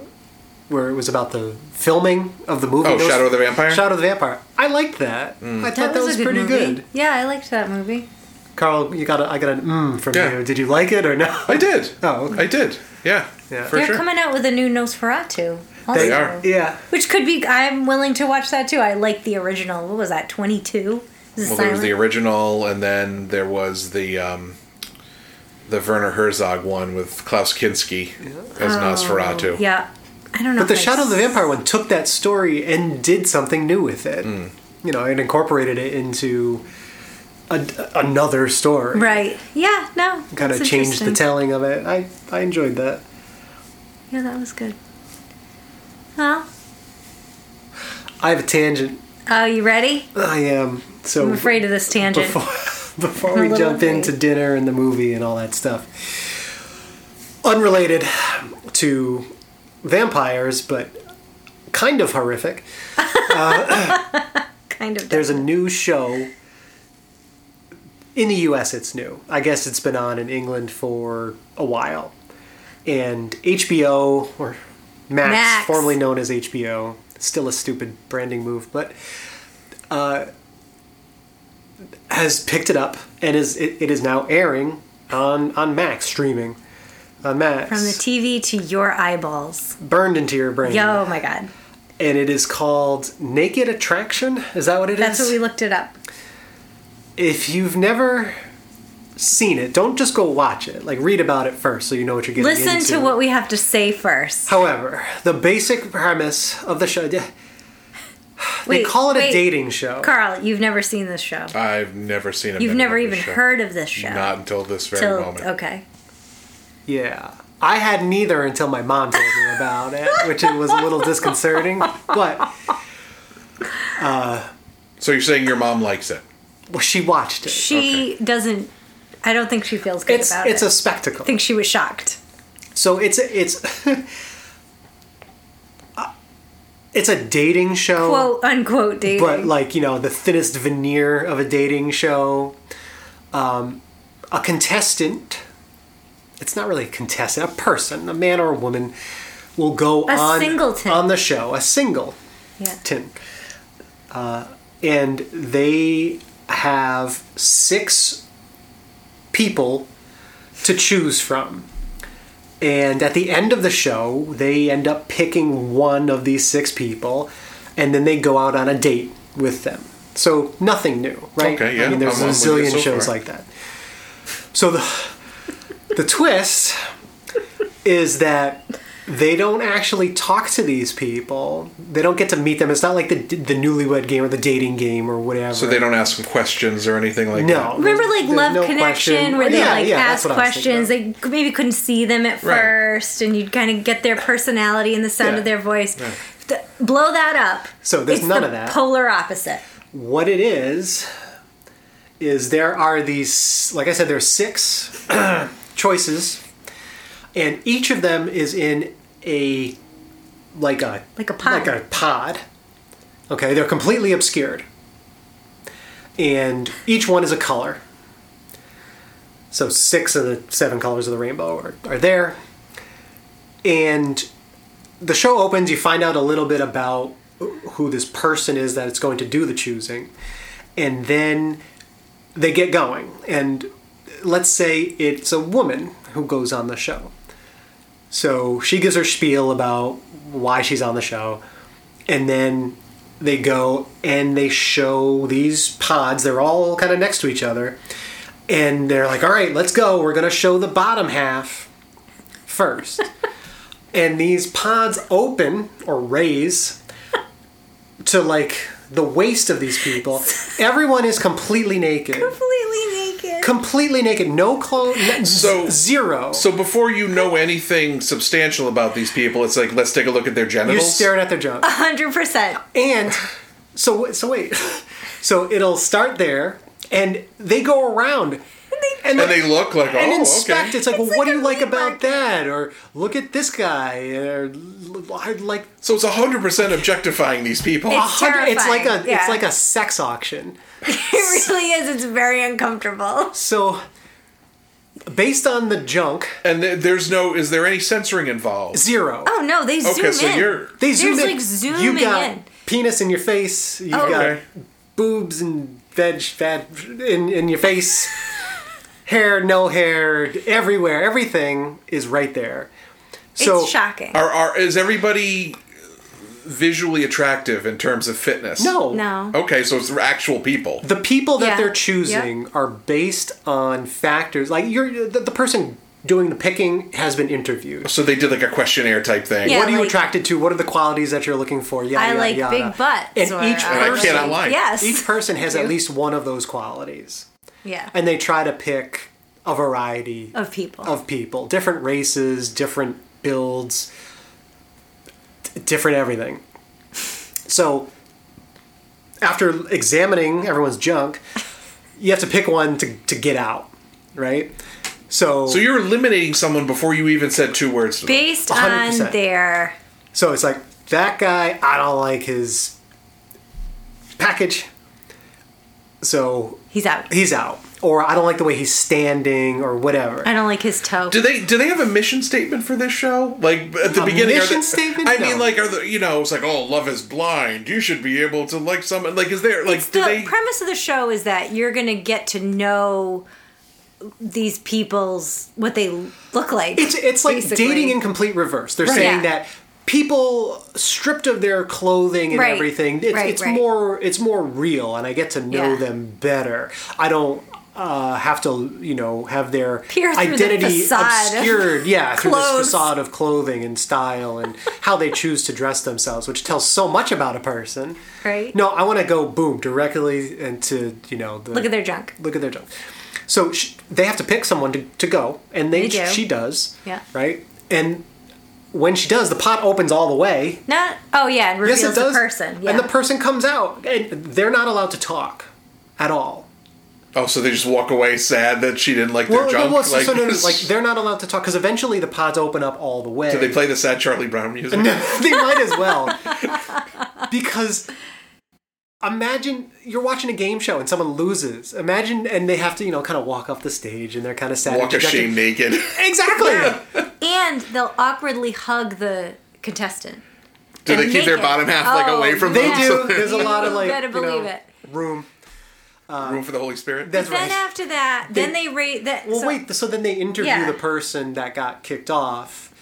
J: where it was about the filming of the movie.
I: Oh, Shadow of the Vampire? Hmm.
J: Shadow of the Vampire. I liked that. I thought that, was,
H: a good
J: pretty
H: movie.
J: good.
H: Yeah, I liked that movie.
J: Carl, you got a, I got an mm from
I: Yeah.
J: you. Did you like it or no?
I: i did
J: Oh, okay.
I: i did yeah,
J: Yeah.
I: for
H: They're
I: sure
H: coming out with a new Nosferatu. Also,
J: They
I: are.
J: Yeah.
H: Which could be. I'm willing to watch that too. I like the original. What was that? 22. This is
I: well there was
H: silent-
I: the original and then there was the um the werner herzog one with klaus kinski as nosferatu
H: Oh, Yeah. I don't know.
J: But the
H: if I
J: Shadow of the
H: s-
J: Vampire one took that story and did something new with it.
I: Hmm.
J: You know, and incorporated it into a, another story.
H: Right. Yeah. No.
J: kind of
H: that's
J: changed the
H: interesting.
J: telling of it. I, I enjoyed that.
H: Yeah, that was good. Well,
J: I have a tangent.
H: oh, you ready?
J: I am so
H: I'm afraid of this tangent.
J: before before
H: I'm a
J: we
H: little
J: jump
H: afraid.
J: into dinner and the movie and all that stuff. Unrelated to vampires, but kind of horrific.
H: Kind of.
J: There's a new show. In the US, it's new. I guess it's been on in England for a while. And HBO, or Max,
H: Max.
J: formerly known as HBO, still a stupid branding move, but uh, has picked it up and is it, it is now airing on, on Max, streaming on Max.
H: From the TV to your eyeballs.
J: burned into your brain.
H: Yo, oh my God.
J: And it is called Naked Attraction. Is that what it is?
H: That's what we looked it up.
J: if you've never seen it, don't just go watch it. Like read about it first, so you know what you're getting
H: Listen
J: into.
H: to what we have to say first.
J: However, the basic premise of the show. They
H: Wait,
J: call it
H: wait.
J: a dating show.
H: Carl, you've never seen this show.
I: i've never seen it
H: You've never even heard of this show.
I: not until this very
H: Till-
I: moment
H: okay.
J: Yeah. I had neither until my mom told me about it, which it was a little disconcerting. But
I: so you're saying your mom likes it
J: well, she watched it.
H: She doesn't. I don't think she feels good
J: It's
H: about
J: it's
H: it.
J: a spectacle.
H: I think she was shocked.
J: So it's a, it's uh, it's a dating show.
H: Quote unquote dating.
J: Oh. but like you know the thinnest veneer of a dating show um, a contestant it's not really a contestant, a person, a man or a woman, will go
H: A
J: on
H: singleton.
J: on the show, a single
H: Yeah.
J: tin, uh, and they have six people to choose from. And at the end of the show, they end up picking one of these six people, and then they go out on a date with them. So nothing new, right?
I: Okay, yeah,
J: I mean, there's
I: I'm
J: a
I: on with you
J: zillion
I: so
J: shows
I: far.
J: like that. So the the twist is that they don't actually talk to these people. They don't get to meet them. It's not like the the newlywed game or the dating game or whatever.
I: So they don't ask them questions or anything like
J: No.
H: Remember,
J: There's-
H: like
J: there's
H: Love
J: no
H: Connection,
J: question.
H: where they
J: Yeah,
H: like
J: yeah,
H: asked
J: that's what I was thinking
H: questions. They c- maybe couldn't see them at
I: Right.
H: first, and you'd kind of get their personality and the sound
J: Yeah.
H: of their voice. Th- blow that up.
J: So there's
H: it's
J: none
H: the
J: of that.
H: Polar opposite.
J: what it is is there are these like i said there's six choices and each of them is in a like a
H: Like a pod.
J: like a pod okay they're completely obscured and each one is a color so six of the seven colors of the rainbow are, are there and the show opens you find out a little bit about who this person is that it's going to do the choosing and then they get going and let's say it's a woman who goes on the show so she gives her spiel about why she's on the show and then they go and they show these pods they're all kind of next to each other and they're like all right let's go we're going to show the bottom half first and these pods open or raise to like the waist of these people. Everyone is completely naked.
H: Completely naked.
J: Completely naked, no clothes, no-
I: So-
J: zero.
I: So before you know anything substantial about these people, it's like let's take a look at their
J: you're
I: genitals.
J: staring at their junk.
H: Hundred percent.
J: And so so wait. So it'll start there and they go around and
I: and they look like
J: and
I: oh
J: inspect.
I: okay.
J: It's like, well,
H: It's
J: what
H: like
J: do
H: a
J: you like
H: meat
J: about
H: market.
J: that? Or look at this guy. Or "L- I like
I: So it's hundred percent objectifying these people.
J: a
H: It's
J: hundred. It's like a
H: terrifying, yeah.
J: it's like a sex auction.
H: It really is. It's very uncomfortable.
J: So, based on the junk,
I: And th- there's no is there any censoring involved?
J: zero.
H: Oh no, they zoom
I: Okay, so
H: in.
I: you're
J: They zoom
H: There's
J: in.
H: like zooming
J: you got
H: in.
J: penis in your face. You
H: Oh.
J: got
I: Okay.
J: boobs and veg fat in in your face. hair, no hair, everywhere. Everything is right there. So oh,
H: it's shocking.
I: Are are is everybody visually attractive in terms of fitness?
J: no,
H: no.
I: Okay, so it's actual people.
J: the people that
H: Yeah.
J: they're choosing are based on factors like you're the, the person doing the picking has been interviewed.
I: So they did like a questionnaire type thing.
H: Yeah.
J: what are you
H: like-
J: attracted to? What are the qualities that you're looking for? Yeah,
H: I
J: yada,
H: like
J: yada.
H: big butts,
J: And
H: or uh,
J: each
H: I
I: I
J: person,
I: cannot lie.
H: Yes.
J: each person has at least one of those qualities,
H: yeah.
J: and Oh, they try to pick a variety
H: of people.
J: of people, different races, different builds, d- different everything. So, after examining everyone's junk, you have to pick one to, to get out, right? So,
I: So you're eliminating someone before you even said two words to them.
H: Based
J: 100%.
H: on their
J: So it's like that guy. I don't like his package. So
H: he's out.
J: he's out, or I don't like the way he's standing, or whatever.
H: I don't like his toe.
I: Do they do they have a mission statement for this show? Like at the
J: A
I: beginning, are
J: mission
I: they-
J: statement?
I: I
J: No.
I: mean, like are the you know it's like oh love is blind. You should be able to like someone. Like is there like
H: It's
I: do
H: the
I: they?
H: premise of the show is that you're gonna get to know these people's what they look like.
J: It's it's like
H: basically.
J: dating in complete reverse. They're saying
H: Yeah.
J: that people stripped of their clothing and
H: Right.
J: everything. It's,
H: Right,
J: it's
H: right.
J: more it's more real, and I get to know
H: Yeah.
J: them better. I don't. Uh, have to you know have their
H: Peer through the
J: identity
H: facade of
J: obscured yeah through this
H: clothes.
J: facade of clothing and style and how they choose to dress themselves which tells so much about a person
H: Right.
J: no i want to go boom directly into you know the,
H: Look at their junk.
J: look at their junk. So sh they have to pick someone to, to go, and they,
H: They do.
J: she does.
H: Yeah.
J: Right. And when she does, the pot opens all the way.
H: Not oh yeah, it reveals
J: Yes, it does.
H: the person. Yeah.
J: And the person comes out, and they're not allowed to talk at all.
I: Oh, so they just walk away sad that she didn't like
J: Well,
I: their junk.
J: no, well, so-
I: like,
J: so no, no, like they're not allowed to talk because eventually the pods open up all the way.
I: do they play the sad Charlie Brown music?
J: they might as well because imagine you're watching a game show and someone loses. Imagine and they have to, you know, kind of walk off the stage and they're kind of sad. and
I: Walk of
J: dejected.
I: shame naked.
J: Exactly.
H: And they'll awkwardly hug the contestant.
I: Do they
H: And
I: keep their
H: naked.
I: bottom half like
H: Oh,
I: away from
J: they
I: them?
J: do. There's a lot of
H: You
J: like
H: better
J: you know,
H: believe it.
J: room. Uh,
I: Room for the Holy Spirit.
J: That's
H: Then
J: right.
H: after that, then they rate that.
J: Well,
H: so-
J: wait. So then they interview
H: Yeah.
J: the person that got kicked off,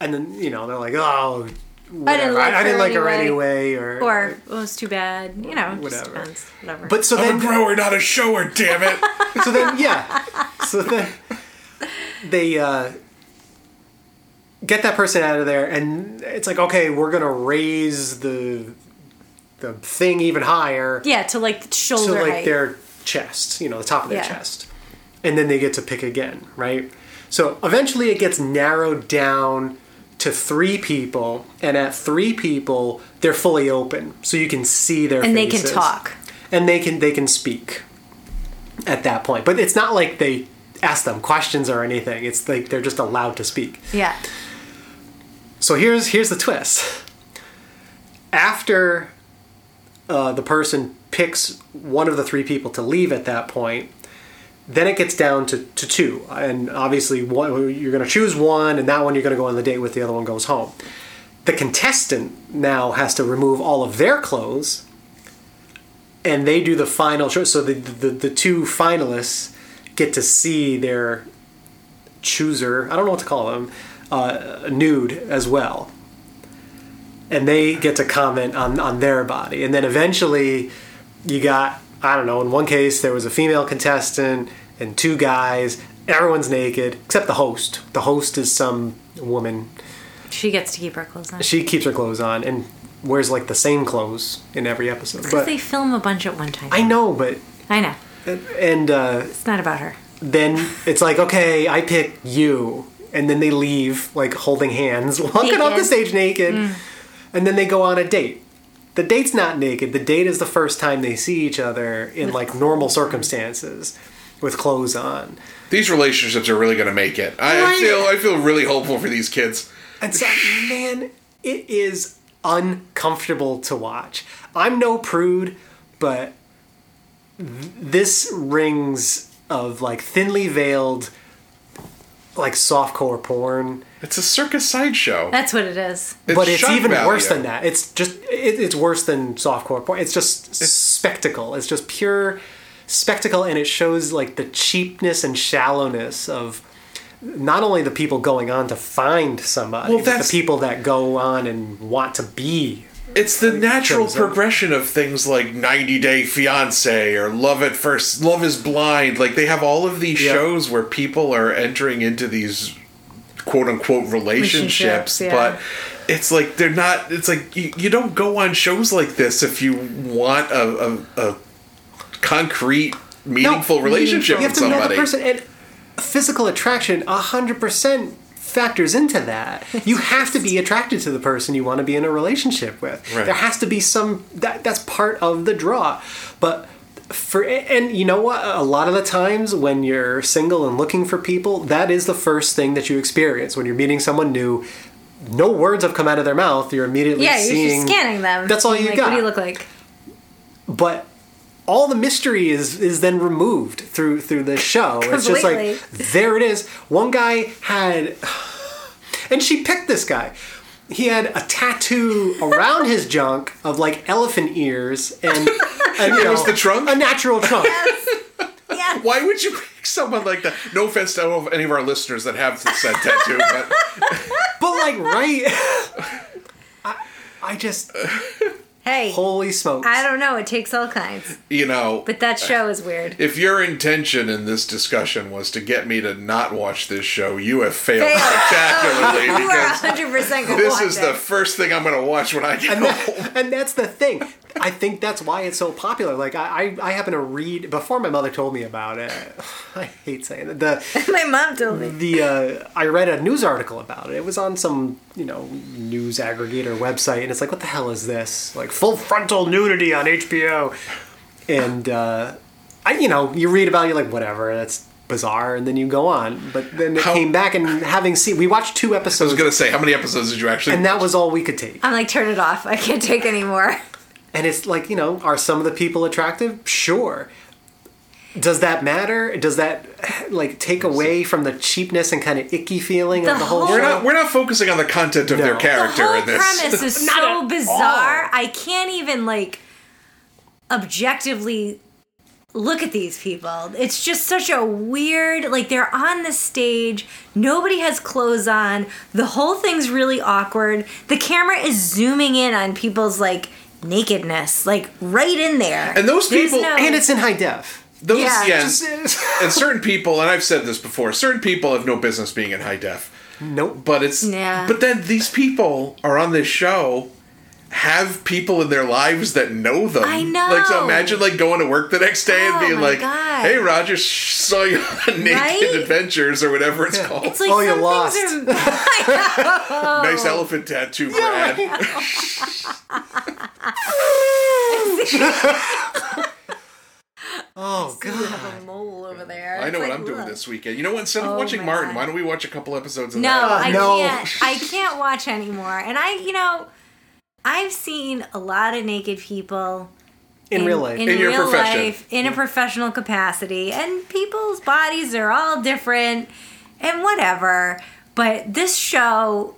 J: and then you know they're like, "Oh,
H: I didn't
J: whatever.
H: like
J: I, I
H: her
J: didn't like her
H: anyway."
J: anyway," or
H: Or it was too bad. You know, it just
J: Whatever.
H: depends. Whatever.
J: But so
I: I'm
J: then,
I: a grower, not a shower. Damn it!
J: so then, yeah. So then they uh, get that person out of there, and it's like, okay, we're gonna raise the the thing even higher
H: yeah, to like shoulder
J: to like
H: height.
J: their chest, you know, the top of their
H: Yeah.
J: chest, and then they get to pick again, right? So eventually, it gets narrowed down to three people, and at three people, they're fully open, so you can see their
H: and they can
J: faces
H: talk.
J: and they can they can speak at that point but it's not like they ask them questions or anything it's like they're just allowed to speak
H: Yeah.
J: so here's here's the twist after uh, the person picks one of the three people to leave at that point then it gets down to, to two and obviously one, you're going to choose one and that one you're going to go on the date with the other one goes home the contestant now has to remove all of their clothes and they do the final show so the, the, the two finalists get to see their chooser i don't know what to call them uh, nude as well and they get to comment on, on their body and then eventually you got i don't know in one case there was a female contestant and two guys everyone's naked except the host the host is some woman
H: She gets to keep her clothes on.
J: she keeps her clothes on and wears like the same clothes in every episode
H: Because
J: but
H: they film a bunch at one time.
J: i know but
H: I know.
J: and uh,
H: It's not about her.
J: then it's like, okay, I pick you, and then they leave like holding hands, walking off
H: Naked.
J: the stage naked, and then they go on a date. The date's not naked. The date is the first time they see each other in like normal circumstances, with clothes on.
I: These relationships are really gonna make it. I, I
J: Right.
I: feel I feel really hopeful for these kids.
J: And so, man, it is uncomfortable to watch. I'm no prude, but th- this rings of like thinly veiled, like softcore porn.
I: It's a circus sideshow.
H: That's what it is.
J: but it's
I: shock
J: even
I: value.
J: worse than that. It's just it, it's worse than softcore porn. It's just spectacle. It's just pure spectacle, and it shows like the cheapness and shallowness of not only the people going on to find somebody,
I: Well,
J: but the
I: that's-
J: people that go on and want to be.
I: It's the natural
J: comes up.
I: progression of things like 90 Day Fiance or Love at First Love is Blind. Like they have all of these
J: Yeah.
I: shows where people are entering into these quote unquote relationships,
H: Relationships, yeah.
I: but it's like they're not it's like you, you don't go on shows like this if you want a a, a concrete meaningful relationship
J: You have
I: with
J: to know the
I: somebody.
J: person, and physical attraction hundred percent factors into that. You have to be attracted to the person you want to be in a relationship with.
I: Right.
J: There has to be some that that's part of the draw, but. For and you know what? A lot of the times when you're single and looking for people, that is the first thing that you experience when you're meeting someone new. No words have come out of their mouth. You're immediately
H: Yeah, you're
J: seeing
H: just scanning them.
J: That's all
H: Being
J: you
H: like,
J: got
H: What do you look like?
J: but all the mystery is is then removed through through this show. It's just like there it is. One guy had, and she picked this guy. He had a tattoo around his junk of like elephant ears and, and you
I: It was
J: know,
I: the trunk?
J: a natural trunk.
H: Yeah.
I: Why would you pick someone like that? No offense to all of any of our listeners that have said tattoo, but
J: But like right, I, I just
H: Hey.
J: holy smokes.
H: I don't know. It takes all kinds.
I: you know.
H: But that show is weird.
I: If your intention in this discussion was to get me to not watch this show, you have failed
H: Failed.
I: spectacularly
H: You are
I: because
H: 100% going to
I: this
H: watch
I: is the
H: it.
I: first thing I'm going to watch when I get home.
J: and that's the thing. I think that's why it's so popular. Like I, I, I happen to read before my mother told me about it. I hate saying it. The
H: My mom told me.
J: the uh, I read a news article about it. It was on some you know news aggregator website, and it's like, what the hell is this? Like full frontal nudity on HBO, and uh, I you know you read about it, you're like whatever that's bizarre, and then you go on. But then it
I: How-
J: came back and having seen we watched two
I: I was
J: episodes,
I: going to say, how many episodes did you actually?
J: and that was all we could take.
H: I'm like, turn it off. I can't take anymore.
J: And it's like, you know, are some of the people attractive? Sure. Does that matter? Does that like take away from the cheapness and kind of icky feeling
H: The
J: of the whole,
H: whole-
J: show?
I: We're not we're not focusing on the content of their
J: No.
H: the
I: character
H: whole
I: in this.
H: premise is so bizarre. I can't even like objectively look at these people. It's just such a weird like they're on the stage, nobody has clothes on. The whole thing's really awkward. The camera is zooming in on people's like nakedness, like right in there.
I: And those
H: There's
I: people-
H: no-
J: and it's in high def.
I: Those
H: Yeah.
I: yeah,
J: Just-
I: and certain people, and I've said this before, certain people have no business being in high def.
J: nope.
I: But it's
H: Yeah.
I: but then these people are on this show have people in their lives that know them.
H: I know.
I: Like so imagine like going to work the next day
H: Oh,
I: and
H: my
I: being like,
H: God.
I: "Hey Roger, sh- saw you on Naked
H: Right?
I: Adventures or whatever it's called.
H: it's like
J: Oh, you
H: some
J: lost.
H: things are Oh.
I: nice elephant tattoo, Brad."
J: Oh god.
H: a mole over there.
I: I
H: It's
I: know what
H: like,
I: I'm doing
H: look.
I: this weekend. You know what? Instead of
H: Oh
I: watching
H: my
I: Martin,
H: God.
I: why don't we watch a couple episodes of
H: No,
I: that?
H: I
J: no.
H: can't. I can't watch anymore. And I, you know, I've seen a lot of naked people
J: In, real life.
H: in,
I: In your
H: real
I: profession.
H: life, in a professional capacity, and people's bodies are all different and whatever. But this show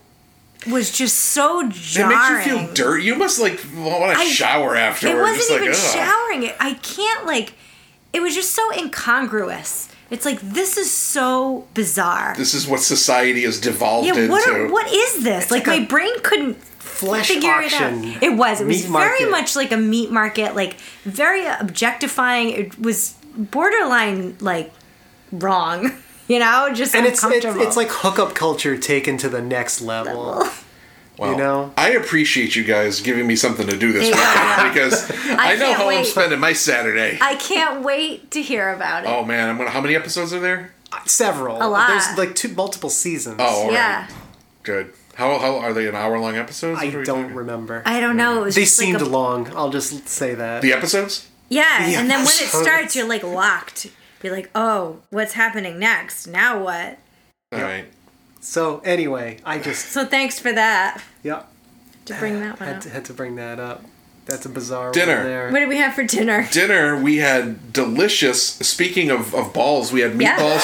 H: was just so
I: It
H: jarring.
I: makes you feel dirty. You must like want to
H: I-
I: shower
H: It
I: afterwards.
H: wasn't
I: Just like,
H: even
I: ugh.
H: showering it. I can't like. It was just so incongruous. It's like this is so bizarre.
I: This is what society has devolved
H: Yeah,
I: into.
H: what are, what is this? like,
J: like a
H: my brain couldn't
J: flesh
H: figure it
J: auction
H: out. It was. It was
J: meat
H: very
J: market.
H: much like a meat market, like very objectifying. It was borderline like wrong. You know, just
J: and it's, it's
H: uncomfortable.
J: it's like hookup culture taken to the next level.
I: Well,
J: you know?
I: I appreciate you guys giving me something to do this
H: Yeah.
I: weekend because I, know
H: can't
I: how I'm
H: wait.
I: spending my Saturday.
H: I can't wait to hear about it.
I: oh man, I'm gonna. How many episodes are there?
J: Several.
H: A lot.
J: There's like two multiple seasons.
I: Oh, all
H: yeah,
I: right. good. How how are they? An hour long episodes?
J: I
I: What are we
J: don't
I: talking-
J: remember.
H: I don't know. It was
J: they
H: just like
J: seemed
H: a-
J: long. I'll just say that.
I: The episodes?
H: Yeah, and then when it
J: Yeah.
H: starts, you're like locked. You're like, oh, what's happening next? Now what?
I: All right.
J: So anyway, I just
H: So thanks for that
J: yeah
H: to bring that one
J: had
H: up.
J: to, had to bring that up. That's a bizarre
I: Dinner.
J: one there.
H: What did we have for dinner?
I: Dinner, we had delicious. Speaking of, of balls, we had meatball
H: Yeah. We did.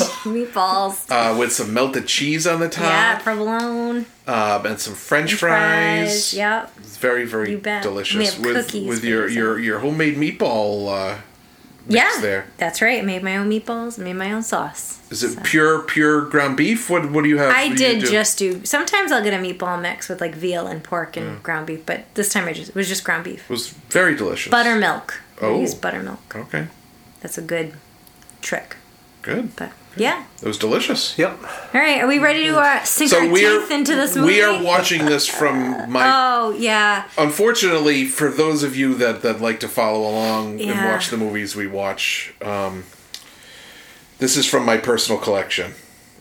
I: Uh-huh.
H: Meatballs.
I: uh, with some melted cheese on the
H: yeah,
I: top,
H: provolone.
I: um, and some French, fries.
H: Fries. Yep.
I: It's very very
H: You bet. We
I: delicious
H: have
I: with
H: cookies
I: with
H: for
I: your
H: dessert.
I: your your homemade meatball. Uh,
H: yeah.
I: there.
H: That's right. I made my own meatballs. Made my own sauce.
I: is it pure pure ground beef? What what do you have?
H: I
I: What do you
H: did
I: do?
H: just do. Sometimes I'll get a meatball mix with like veal and pork and ground beef, but this time I just it was just ground beef.
I: It was very delicious.
H: Buttermilk. I
I: Oh.
H: use buttermilk.
I: Okay,
H: That's a good trick.
I: good.
H: But yeah.
I: It was delicious.
J: Yep.
H: All right. Are we ready to uh, sink our teeth into this movie?
I: we are watching this from my.
H: Oh yeah.
I: Unfortunately, for those of you that that like to follow along and
H: Yeah.
I: watch the movies we watch, um, this is from my personal collection.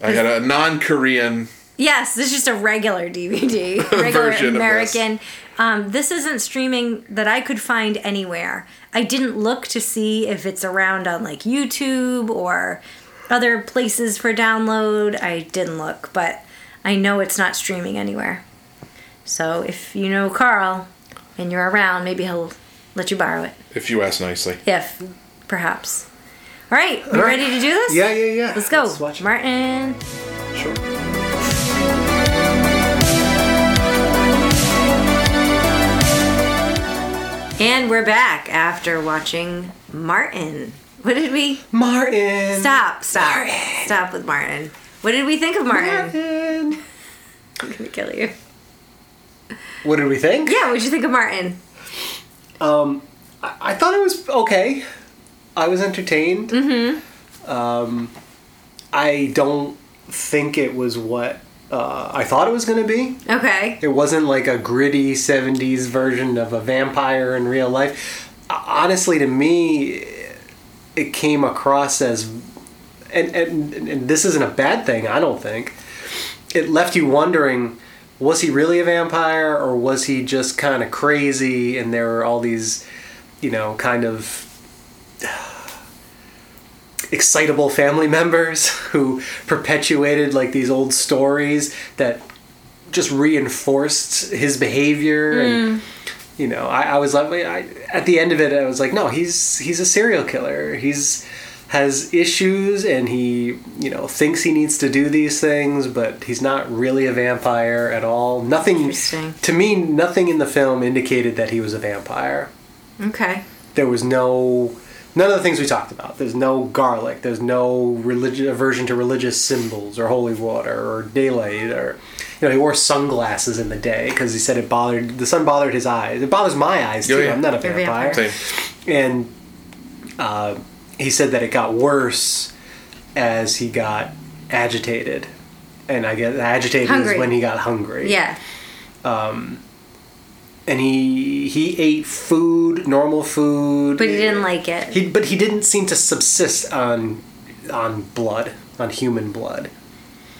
I: I had a non-Korean.
H: Yes, this is just a regular DVD, regular
I: Version of this.
H: American. Um, this isn't streaming that I could find anywhere. I didn't look to see if it's around on like YouTube or other places for download. I didn't look, but I know it's not streaming anywhere. So if you know Carl and you're around, maybe he'll let you borrow it.
I: If you ask nicely,
H: If, perhaps. All right, you ready to do this?
J: Yeah, yeah, yeah.
H: Let's go,
J: Let's watch it.
H: Martin.
J: Sure.
H: And we're back after watching Martin. What did we
J: Martin.
H: stop? Stop. Stop with Martin. What did we think of Martin?
J: Martin.
H: I'm gonna kill you.
J: What did we think?
H: Yeah, what'd you think of Martin?
J: Um, I, I thought it was okay. I was entertained. Mm-hmm. Um, I don't think it was what uh, I thought it was going to be.
H: Okay.
J: It wasn't like a gritty 70s version of a vampire in real life. Honestly, to me, it came across as. And, and, and this isn't a bad thing, I don't think. It left you wondering was he really a vampire or was he just kind of crazy and there were all these, you know, kind of excitable family members who perpetuated like these old stories that just reinforced his behavior and you know, I, I was like, I, at the end of it, I was like, no, he's he's a serial killer. He's has issues, and he you know thinks he needs to do these things, but he's not really a vampire at all. Nothing
H: Interesting.
J: to me, nothing in the film indicated that he was a vampire.
H: Okay.
J: There was no none of the things we talked about. There's no garlic. There's no religious aversion to religious symbols or holy water or daylight or you know he wore sunglasses in the day because he said it bothered the sun bothered his eyes. It bothers my eyes too.
I: Oh, yeah.
J: I'm not a
H: You're a
J: vampire.
I: Same.
J: And uh, he said that it got worse as he got agitated. And I guess agitated
H: Hungry.
J: is when he got hungry
H: Yeah.
J: and he he ate food, normal food.
H: But he didn't like it.
J: He but he didn't seem to subsist on on blood, on human blood.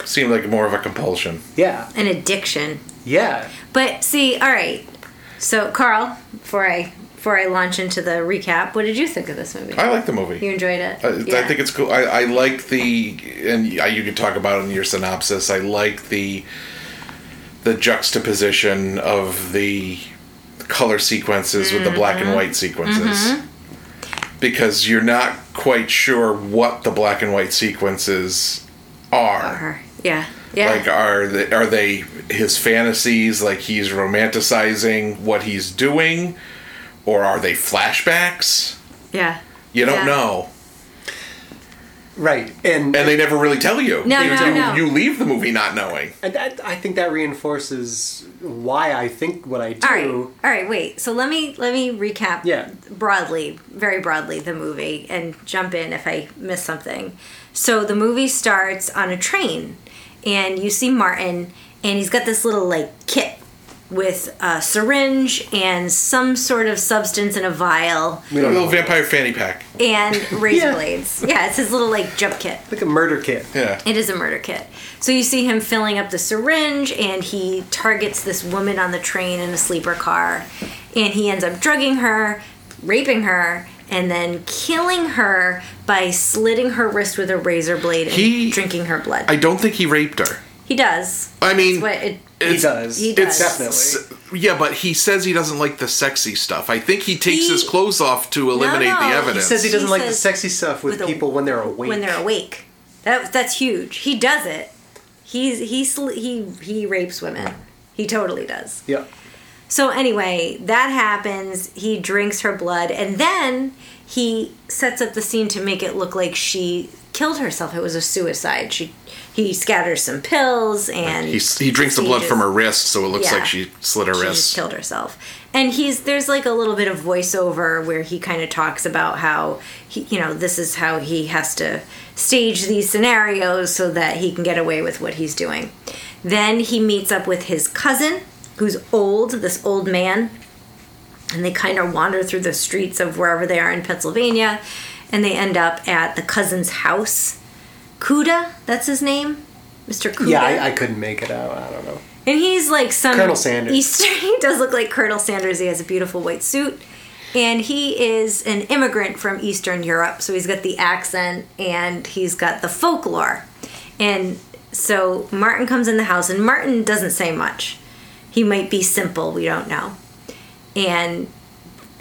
I: Seemed like more of a compulsion.
J: Yeah,
H: An addiction.
J: yeah.
H: But see, all right. So, Carl, before I before I launch into the recap, what did you think of this movie?
I: I like the movie.
H: you enjoyed it.
I: Uh, I, I think it's cool. I, I like the, and I- you can talk about it in your synopsis. I like the, the juxtaposition of the color sequences with the black
H: Mm-hmm.
I: and white sequences, because you're not quite sure what the black and white sequences are.
H: Her. Yeah. Yeah.
I: Like, uh, are they, are they his fantasies? Like he's romanticizing what he's doing, or are they flashbacks?
H: yeah.
I: You don't
H: Yeah.
I: know.
J: Right, and,
I: and they never really tell you.
H: No,
I: you,
H: no,
I: you,
H: no.
I: you leave the movie not knowing.
J: and that, I think that reinforces why I think what I do.
H: All right. All right, wait. So let me let me recap
J: Yeah.
H: broadly, very broadly the movie and jump in if I miss something. So the movie starts on a train and you see Martin and he's got this little like kit with a syringe and some sort of substance in a vial
I: A little vampire fanny pack.
H: and razor
J: Yeah.
H: blades. Yeah, it's his little like jump kit.
J: Like a murder kit.
I: Yeah.
H: It is a murder kit. So you see him filling up the syringe and he targets this woman on the train in a sleeper car and he ends up drugging her, raping her, and then killing her by slitting her wrist with a razor blade and
I: He-
H: drinking her blood.
I: I don't think he raped her.
H: he does.
I: I mean,
H: That's what it,
J: He
I: it's-
J: does.
H: He does.
J: Definitely.
I: yeah, but he says he doesn't like the sexy stuff. I think he takes
H: He-
I: his clothes off to eliminate
H: no. He
I: the evidence.
J: He says he doesn't
H: He
J: like the
H: says-
J: sexy stuff with,
H: with a-
J: people when they're awake.
H: when they're awake. That that's huge. He does it. He's he sl- he he rapes women. He totally does.
J: Yeah.
H: So anyway, that happens. He drinks her blood, and then he sets up the scene to make it look like she killed herself. It was a suicide. She he scatters some pills, and
I: he, s- he drinks the blood
H: Stages.
I: from her wrist, so it looks
H: Yeah.
I: like she slit her
H: she just
I: wrist.
H: killed herself. And he's there's like a little bit of voiceover where he kind of talks about how he, you know, this is how he has to stage these scenarios so that he can get away with what he's doing. Then he meets up with his cousin, who's old, this old man, and they kind of wander through the streets of wherever they are in Pennsylvania, and they end up at the cousin's house. Kuda, that's his name, Mr. Kuda.
J: Yeah, I, I couldn't make it out. I don't know.
H: And he's like some
J: Colonel Sanders.
H: Eastern. He does look like Colonel Sanders. He has a beautiful white suit, and he is an immigrant from Eastern Europe. So he's got the accent and he's got the folklore. And so Martin comes in the house, and Martin doesn't say much. He might be simple. We don't know. And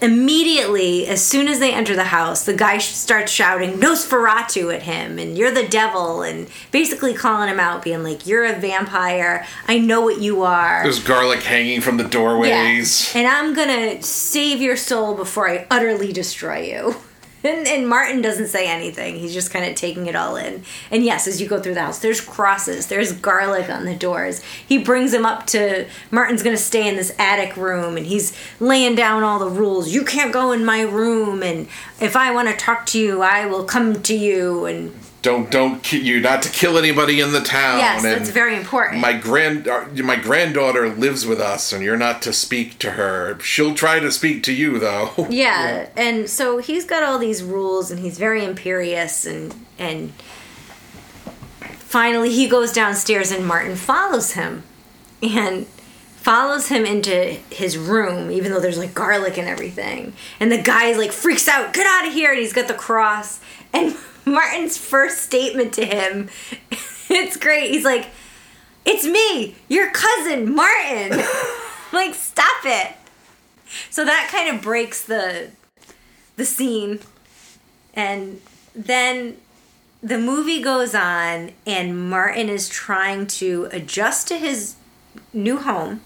H: immediately, as soon as they enter the house, the guy sh- starts shouting Nosferatu at him, and you're the devil, and basically calling him out, being like, You're a vampire. I know what you are.
I: There's garlic hanging from the doorways.
H: And I'm gonna save your soul before I utterly destroy you. And, and Martin doesn't say anything. He's just kind of taking it all in. And yes, as you go through the house, there's crosses, there's garlic on the doors. He brings him up to Martin's going to stay in this attic room and he's laying down all the rules. You can't go in my room. And if I want to talk to you, I will come to you. And
I: Don't don't ki- you not to kill anybody in the town.
H: yes,
I: Oh, and
H: that's very important.
I: My grand uh, my granddaughter lives with us, and you're not to speak to her. She'll try to speak to you though.
H: Yeah, and so he's got all these rules, and he's very imperious, and and finally he goes downstairs, and Martin follows him, and follows him into his room, even though there's like garlic and everything, and the guy like freaks out, get out of here, and he's got the cross, and Martin's first statement to him, it's great. He's like, "It's me, your cousin Martin." like, stop it. So that kind of breaks the the scene, and then the movie goes on, and Martin is trying to adjust to his new home,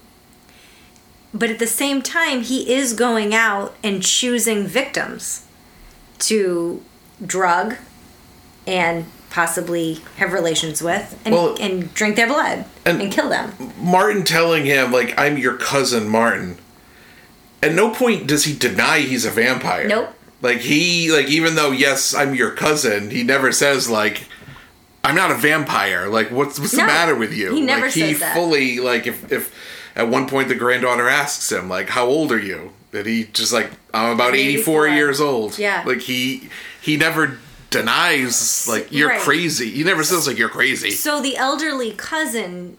H: but at the same time, he is going out and choosing victims to drug and possibly have relations with and,
I: Well-
H: and drink their blood
I: And-
H: and kill them.
I: Martin telling him, like, I'm your cousin Martin. At no point does he deny he's a vampire.
H: Nope.
I: Like he like even though yes, I'm your cousin, he never says like I'm not a vampire. Like what's what's
H: No,
I: the matter with you?
H: he never
I: like he
H: says that.
I: fully like if if at one point the granddaughter asks him, like, how old are you? And he just like I'm about eighty
H: 84.
I: four years old.
H: Yeah.
I: Like he he never denies like you're
H: Right.
I: crazy. He never says like you're crazy.
H: So the elderly cousin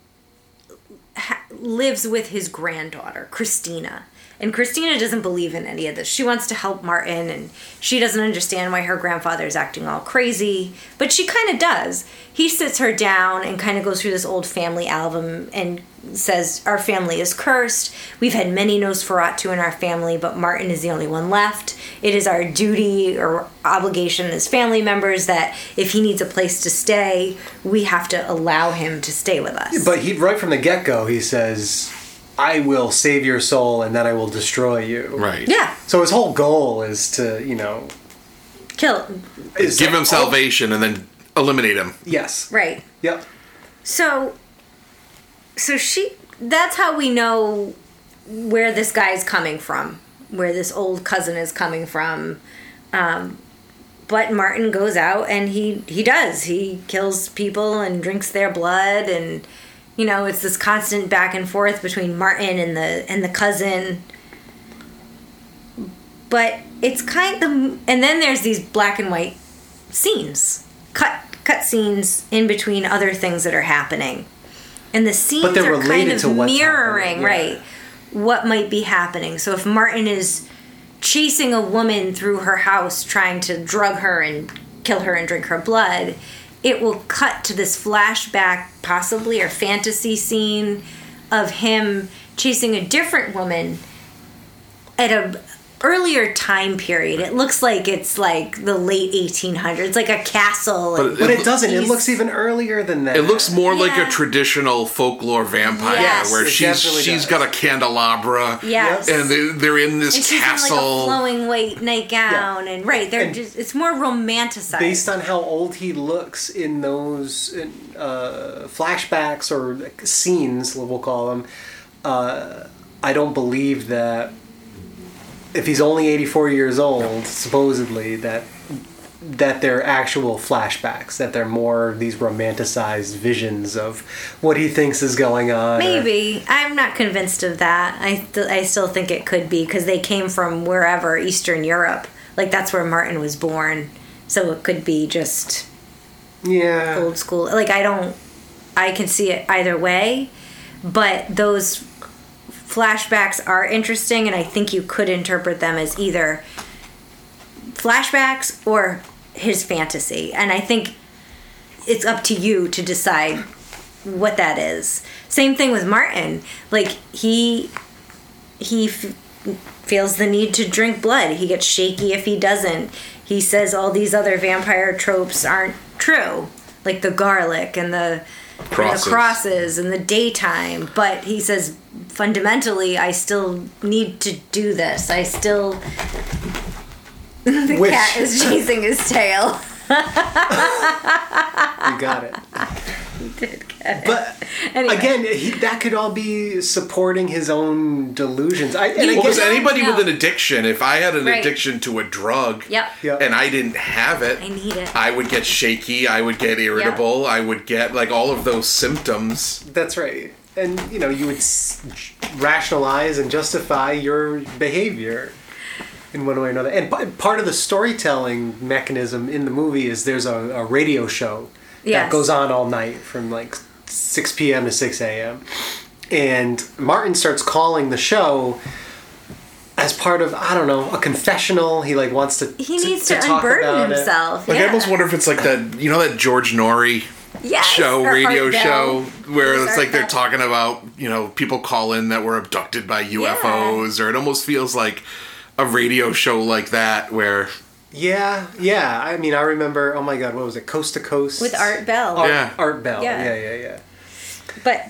H: ha- lives with his granddaughter, Christina. And Christina doesn't believe in any of this. She wants to help Martin and she doesn't understand why her grandfather's acting all crazy, but she kind of does. He sits her down and kind of goes through this old family album and says, Our family is cursed. We've had many Nosferatu in our family, but Martin is the only one left. It is our duty or obligation as family members that if he needs a place to stay, we have to allow him to stay with us.
J: But he right from the get go he says, "I will save your soul, and then I will destroy you."
I: Right.
H: yeah.
J: So his whole goal is to you know
H: kill
J: is
H: Oh.
I: Give him salvation and then eliminate him.
J: Yes.
H: right
J: Yep.
H: so so she that's how we know where this guy's coming from where this old cousin is coming from um but martin goes out and he he does he kills people and drinks their blood and you know it's this constant back and forth between martin and the and the cousin but it's kind of and then there's these black and white scenes, cut cut scenes in between other things that are happening, and the scenes
J: they're
H: are kind
J: related
H: of
J: to what's
H: mirroring
J: happening, yeah.
H: right what might be happening. So if Martin is chasing a woman through her house, trying to drug her and kill her and drink her blood, it will cut to this flashback, possibly or fantasy scene of him chasing a different woman at a earlier time period. It looks like it's like the late 1800s, like a castle. and-
J: But it doesn't. It
H: He's-
J: looks even earlier than that.
I: It looks more like
H: Yeah.
I: a traditional folklore vampire,
H: Yes.
I: where
J: It
I: she's
J: definitely
I: she's
J: does.
I: got a candelabra,
H: Yes.
I: and they, they're in this
H: and she's in like a
I: castle.
H: flowing white nightgown, and right, they're
J: And-
H: just it's more romanticized.
J: based on how old he looks in those in, uh, flashbacks or scenes, we'll call them. Uh, I don't believe that if he's only 84 years old, supposedly that that they're actual flashbacks, that they're more these romanticized visions of what he thinks is going on. or-
H: Maybe I'm not convinced of that. I th- I still think it could be because they came from wherever Eastern Europe, like that's where Martin was born. So it could be just
J: yeah.
H: old school. Like I don't, I can see it either way, but those flashbacks are interesting, and I think you could interpret them as either flashbacks or his fantasy. And I think it's up to you to decide what that is. Same thing with Martin. Like he, he. F- feels the need to drink blood. He gets shaky if he doesn't. He says all these other vampire tropes aren't true, like the garlic and the and
I: Crosses.
H: the crosses and the daytime. But he says fundamentally, I still need to do this. I still the
J: Which-
H: cat is chasing his tail.
J: You got it. But again, he, that could all be supporting his own delusions. I, and I
I: Well,
J: guess-
I: because anybody
H: No.
I: with an addiction, if I had an
H: Right.
I: addiction to a drug,
H: Yep.
J: Yep.
I: and I didn't have it,
H: I need it.
I: I would get shaky, I would get irritable, I would get like all of those symptoms.
J: That's right. And you know, you would s- rationalize and justify your behavior in one way or another. And p- part of the storytelling mechanism in the movie is there's a, a radio show
H: Yes.
J: that goes on all night from like 6 p.m. to 6 a.m. And Martin starts calling the show as part of I don't know a confessional. He like wants to
H: He needs to,
J: talk
H: unburden
J: about it.
H: himself.
I: Like
H: yeah.
I: I almost wonder if it's like that, you know, that George Norrie
H: Yes,
I: show,
H: or
I: radio
H: Art Bell.
I: show, where
H: Who's
I: it's
H: Art
I: like they're
H: Bell?
I: talking about, you know, people call in that were abducted by UFOs, or it almost feels like a radio show like that where,
J: Yeah, yeah. I mean, I remember. Oh my God, what was it? Coast to Coast
K: with Art Bell.
J: Art,
I: Yeah.
J: Art Bell.
K: Yeah.
J: Yeah, yeah, yeah. yeah.
K: But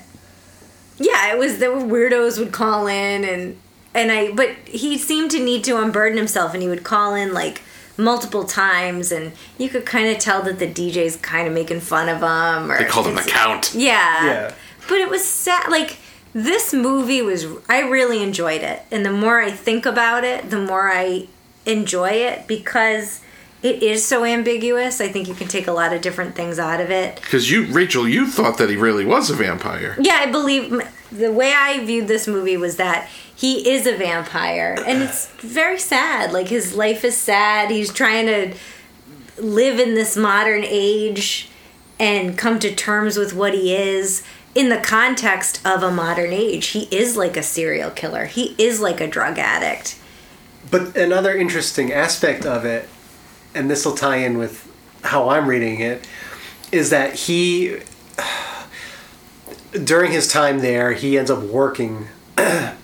H: yeah it was the weirdos would call in and and i but he seemed to need to unburden himself and he would call in like multiple times and you could kind of tell that the dj's kind of making fun of him or
I: they called him the Count.
H: yeah
J: Yeah.
H: but it was sad like this movie was i really enjoyed it and the more i think about it the more i enjoy it because it is so ambiguous i think you can take a lot of different things out of it
I: Because you, Rachel, you thought that he really was a vampire.
H: yeah, I believe m- the way I viewed this movie was that he is a vampire, and it's very sad. Like his life is sad. He's trying to live in this modern age and come to terms with what he is in the context of a modern age. He is like a serial killer. He is like a drug addict.
J: But another interesting aspect of it, and this will tie in with how I'm reading it, is that he, during his time there, he ends up working uh,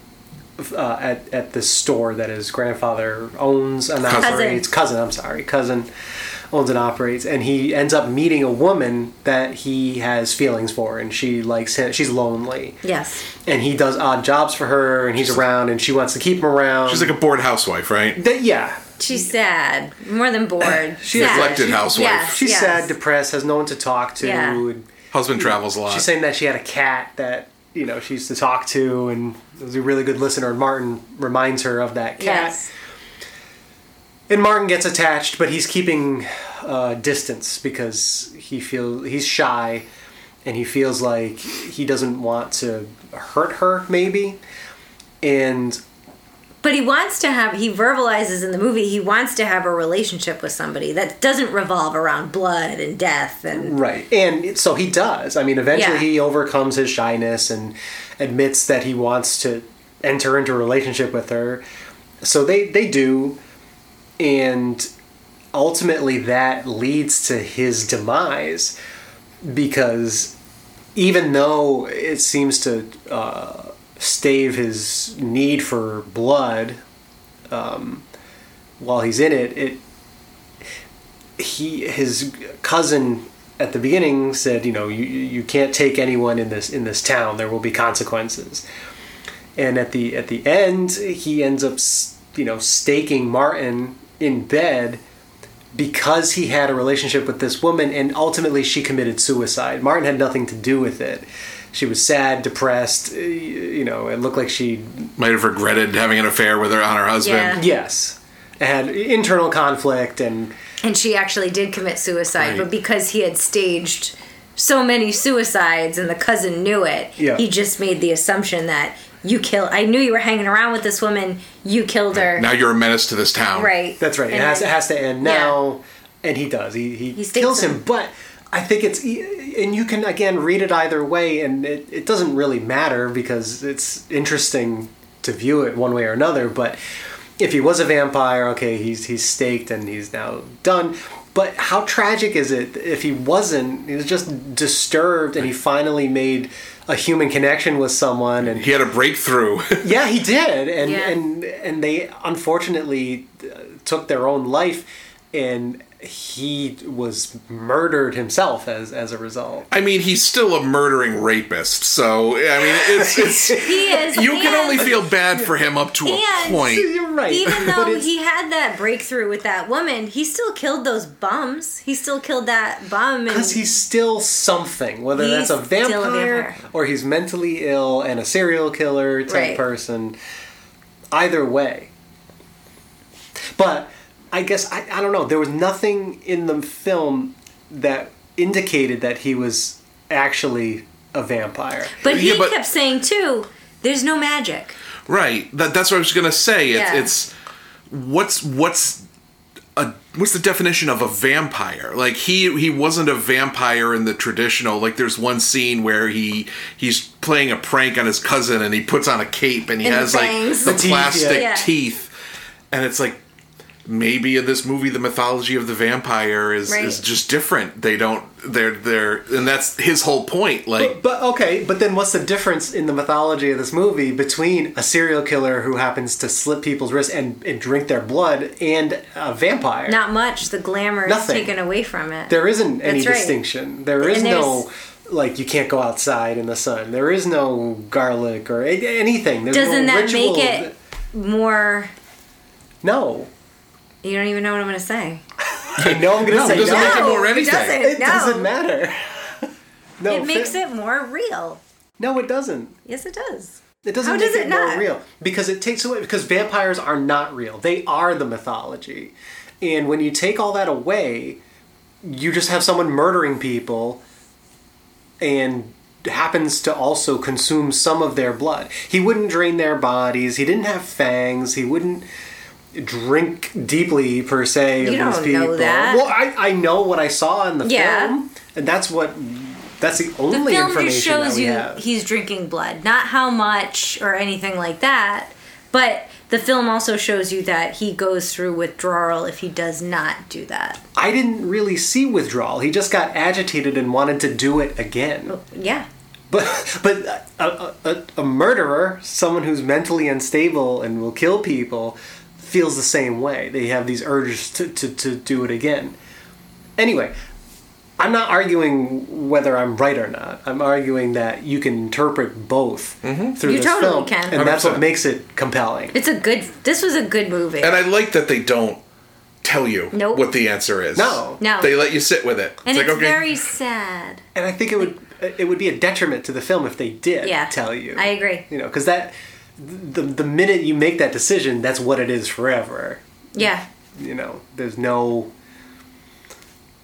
J: at, at this store that his grandfather owns and
H: Cousin.
J: operates. Cousin, I'm sorry. Cousin owns and operates. And he ends up meeting a woman that he has feelings for, and she likes him. She's lonely.
H: Yes.
J: And he does odd jobs for her, and he's around, and she wants to keep him around.
I: She's like a bored housewife, right?
J: That- yeah,
H: She's sad, more than bored.
J: She's
H: Sad.
I: Neglected
J: She-
I: housewife.
H: yes.
J: She's sad, depressed, has no one to talk to.
H: Yeah.
J: and
I: Husband travels a lot.
J: She's saying that she had a cat that you know she used to talk to, and was a really good listener. And Martin reminds her of that cat,
H: Yes.
J: and Martin gets attached, but he's keeping uh, distance because he feels he's shy, and he feels like he doesn't want to hurt her, maybe, and.
H: But he wants to have, he verbalizes in the movie, he wants to have a relationship with somebody that doesn't revolve around blood and death and.
J: Right. And it- so he does. I mean, eventually
H: Yeah.
J: he overcomes his shyness and admits that he wants to enter into a relationship with her. So they, they do. And ultimately that leads to his demise because even though it seems to uh, stave his need for blood um, while he's in it, it he his cousin at the beginning said, you know, you you can't take anyone in this in this town. There will be consequences. And at the at the end, he ends up, s- you know, staking Martin in bed because he had a relationship with this woman and ultimately she committed suicide. Martin had nothing to do with it. She was sad, depressed, eh, you know, it looked like she
I: Might have regretted having an affair with her on her husband.
H: Yeah.
J: yes, had internal conflict and
H: And she actually did commit suicide,
I: Right.
H: but because he had staged so many suicides and the cousin knew it,
J: Yeah.
H: he just made the assumption that you killed, I knew you were hanging around with this woman, you killed her.
I: Now you're a menace to this town.
H: right.
J: That's right. It
H: And
J: has, it
H: then-
J: has to end now, and he does. He he,
H: He stinks
J: kills him.
H: him.
J: But I think it's e, and you can again read it either way, and it, it doesn't really matter because it's interesting to view it one way or another. But if he was a vampire, okay, he's he's staked and he's now done. But how tragic is it if he wasn't? He was just disturbed, and he finally made a human connection with someone, and
I: He had a breakthrough.
J: yeah, he did, and
H: Yeah.
J: and and they unfortunately uh, took their own life, and he was murdered himself as as a result.
I: I mean, he's still a murdering rapist, so I mean, it's, it's
H: He is.
I: you can
H: and-
I: only feel bad for him up to a
H: and-
I: point.
J: You're right.
H: Even
J: but
H: though
J: it's-
H: he had that breakthrough with that woman, he still killed those bums. He still killed that bum. and-
J: because he's still something, whether
H: He's
J: that's a
H: still a
J: vampire,
H: vampire.
J: or he's mentally ill and a serial killer type
H: Right.
J: person. Either way. But I guess I, I don't know. There was nothing in the film that indicated that he was actually a vampire.
H: But he
I: Yeah, but-
H: kept saying too, "There's no magic."
I: Right. That, that's what I was gonna say. It's,
H: Yeah.
I: it's what's what's a what's the definition of a vampire? Like he he wasn't a vampire in the traditional. Like there's one scene where he he's playing a prank on his cousin and he puts on a cape and he
H: And the
I: has like
H: fangs.
I: the
J: The teeth, yeah.
I: plastic
H: Yeah.
I: teeth, and it's like maybe in this movie the mythology of the vampire is,
H: Right.
I: is just different. They don't they're they're and that's his whole point. Like
J: But okay, but then what's the difference in the mythology of this movie between a serial killer who happens to slit people's wrists and, and drink their blood and a vampire?
H: Not much. The glamour
J: Nothing.
H: is taken away from it.
J: There isn't any
H: That's right.
J: distinction. There is
H: And
J: no like you can't go outside in the sun. There is no garlic or a- anything. There's
H: Doesn't
J: no
H: that
J: ritual.
H: make it more?
J: No.
H: You don't even know what I'm going to say.
J: I know I'm gonna
I: No, it
J: say
I: doesn't
J: no.
I: make it more anything.
H: doesn't.
J: It
H: no.
J: doesn't matter. no,
H: It makes
J: fi-
H: it more real.
J: No, it doesn't.
H: Yes, it does.
J: It doesn't
H: How
J: make
H: does
J: it,
H: it
J: more
H: not?
J: real because it takes away because vampires are not real. They are the mythology, and when you take all that away, you just have someone murdering people, and happens to also consume some of their blood. He wouldn't drain their bodies. He didn't have fangs. He wouldn't drink deeply per se of
H: You
J: these
H: don't
J: people.
H: know that.
J: Well, I, I know what I saw in the
H: Yeah.
J: film, and that's what that's the
H: The
J: only
H: film
J: information
H: just shows
J: that we
H: you
J: have.
H: he's drinking blood, not how much or anything like that. But the film also shows you that he goes through withdrawal if he does not do that.
J: I didn't really see withdrawal. He just got agitated and wanted to do it
H: Oh.
J: again.
H: Yeah.
J: But but a, a, a murderer, someone who's mentally unstable and will kill people, feels the same way. They have these urges to, to, to do it again. Anyway, I'm not arguing whether I'm right or not. I'm arguing that you can interpret both through
H: Mm-hmm. You
J: this
H: totally
J: film,
H: can.
J: and that's what
I: 100%.
J: makes it compelling.
H: It's a good. This was a good movie.
I: and I like that they don't tell you
H: Nope.
I: what the answer is.
J: No.
H: No.
I: They let you sit with it.
H: And
I: it's
H: it's,
I: like okay.
H: very sad.
J: And I think it would it would be a detriment to the film if they did
H: Yeah,
J: tell you.
H: I agree.
J: You know, because that the the minute you make that decision, that's what it is forever.
H: Yeah.
J: You know, there's no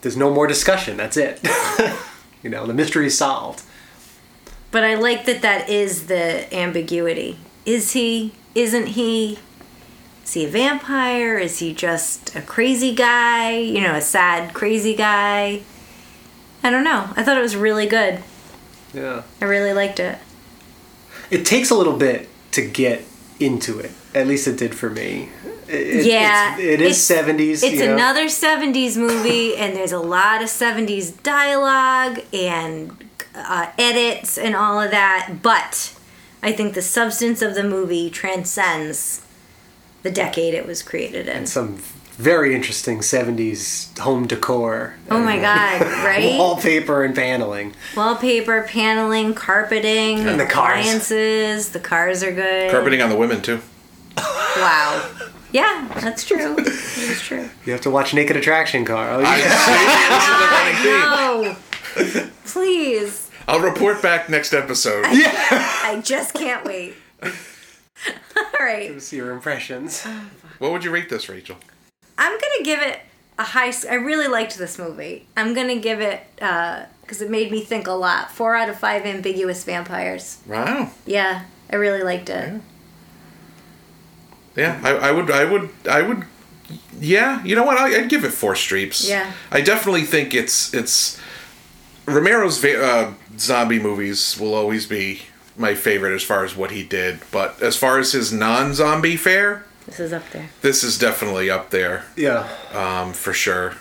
J: there's no more discussion. That's it. you know, the mystery's solved.
H: But I like that that is the ambiguity. Is he? Isn't he? Is he a vampire? Is he just a crazy guy? You know, a sad, crazy guy? I don't know. I thought it was really good.
J: Yeah.
H: I really liked it.
J: It takes a little bit to get into it. At least it did for me. It-
H: yeah.
J: it's, it is seventies.
H: It's
J: you know?
H: another 70s movie, and there's a lot of 70s dialogue and uh, edits and all of that. But I think the substance of the movie transcends the decade it was created in.
J: some very interesting seventies home decor.
H: Oh my God, right?
J: Wallpaper and paneling.
H: Wallpaper, paneling, carpeting,
J: And the cars.
H: appliances. The cars are good.
I: carpeting on the women too.
H: Wow. Yeah, that's true. That's true.
J: You have to watch Naked Attraction Car. Oh, yeah.
H: No. Oh, Please.
I: I'll report back next episode.
H: I just can't wait. All right.
J: see your impressions.
I: What would you rate this, Rachel?
H: I'm going to give it a high s- I really liked this movie. I'm going to give it, because it made me think a lot. Four out of five ambiguous vampires.
I: Wow.
H: Yeah, I really liked it.
I: Yeah, I, I would, I would, I would. Yeah, you know what? I, I'd give it four streeps.
H: Yeah.
I: I definitely think it's it's Romero's va- uh, zombie movies will always be my favorite as far as what he did, but as far as his non-zombie fare,
H: This is up there.
I: this is definitely up there
J: Yeah,
I: um, for sure.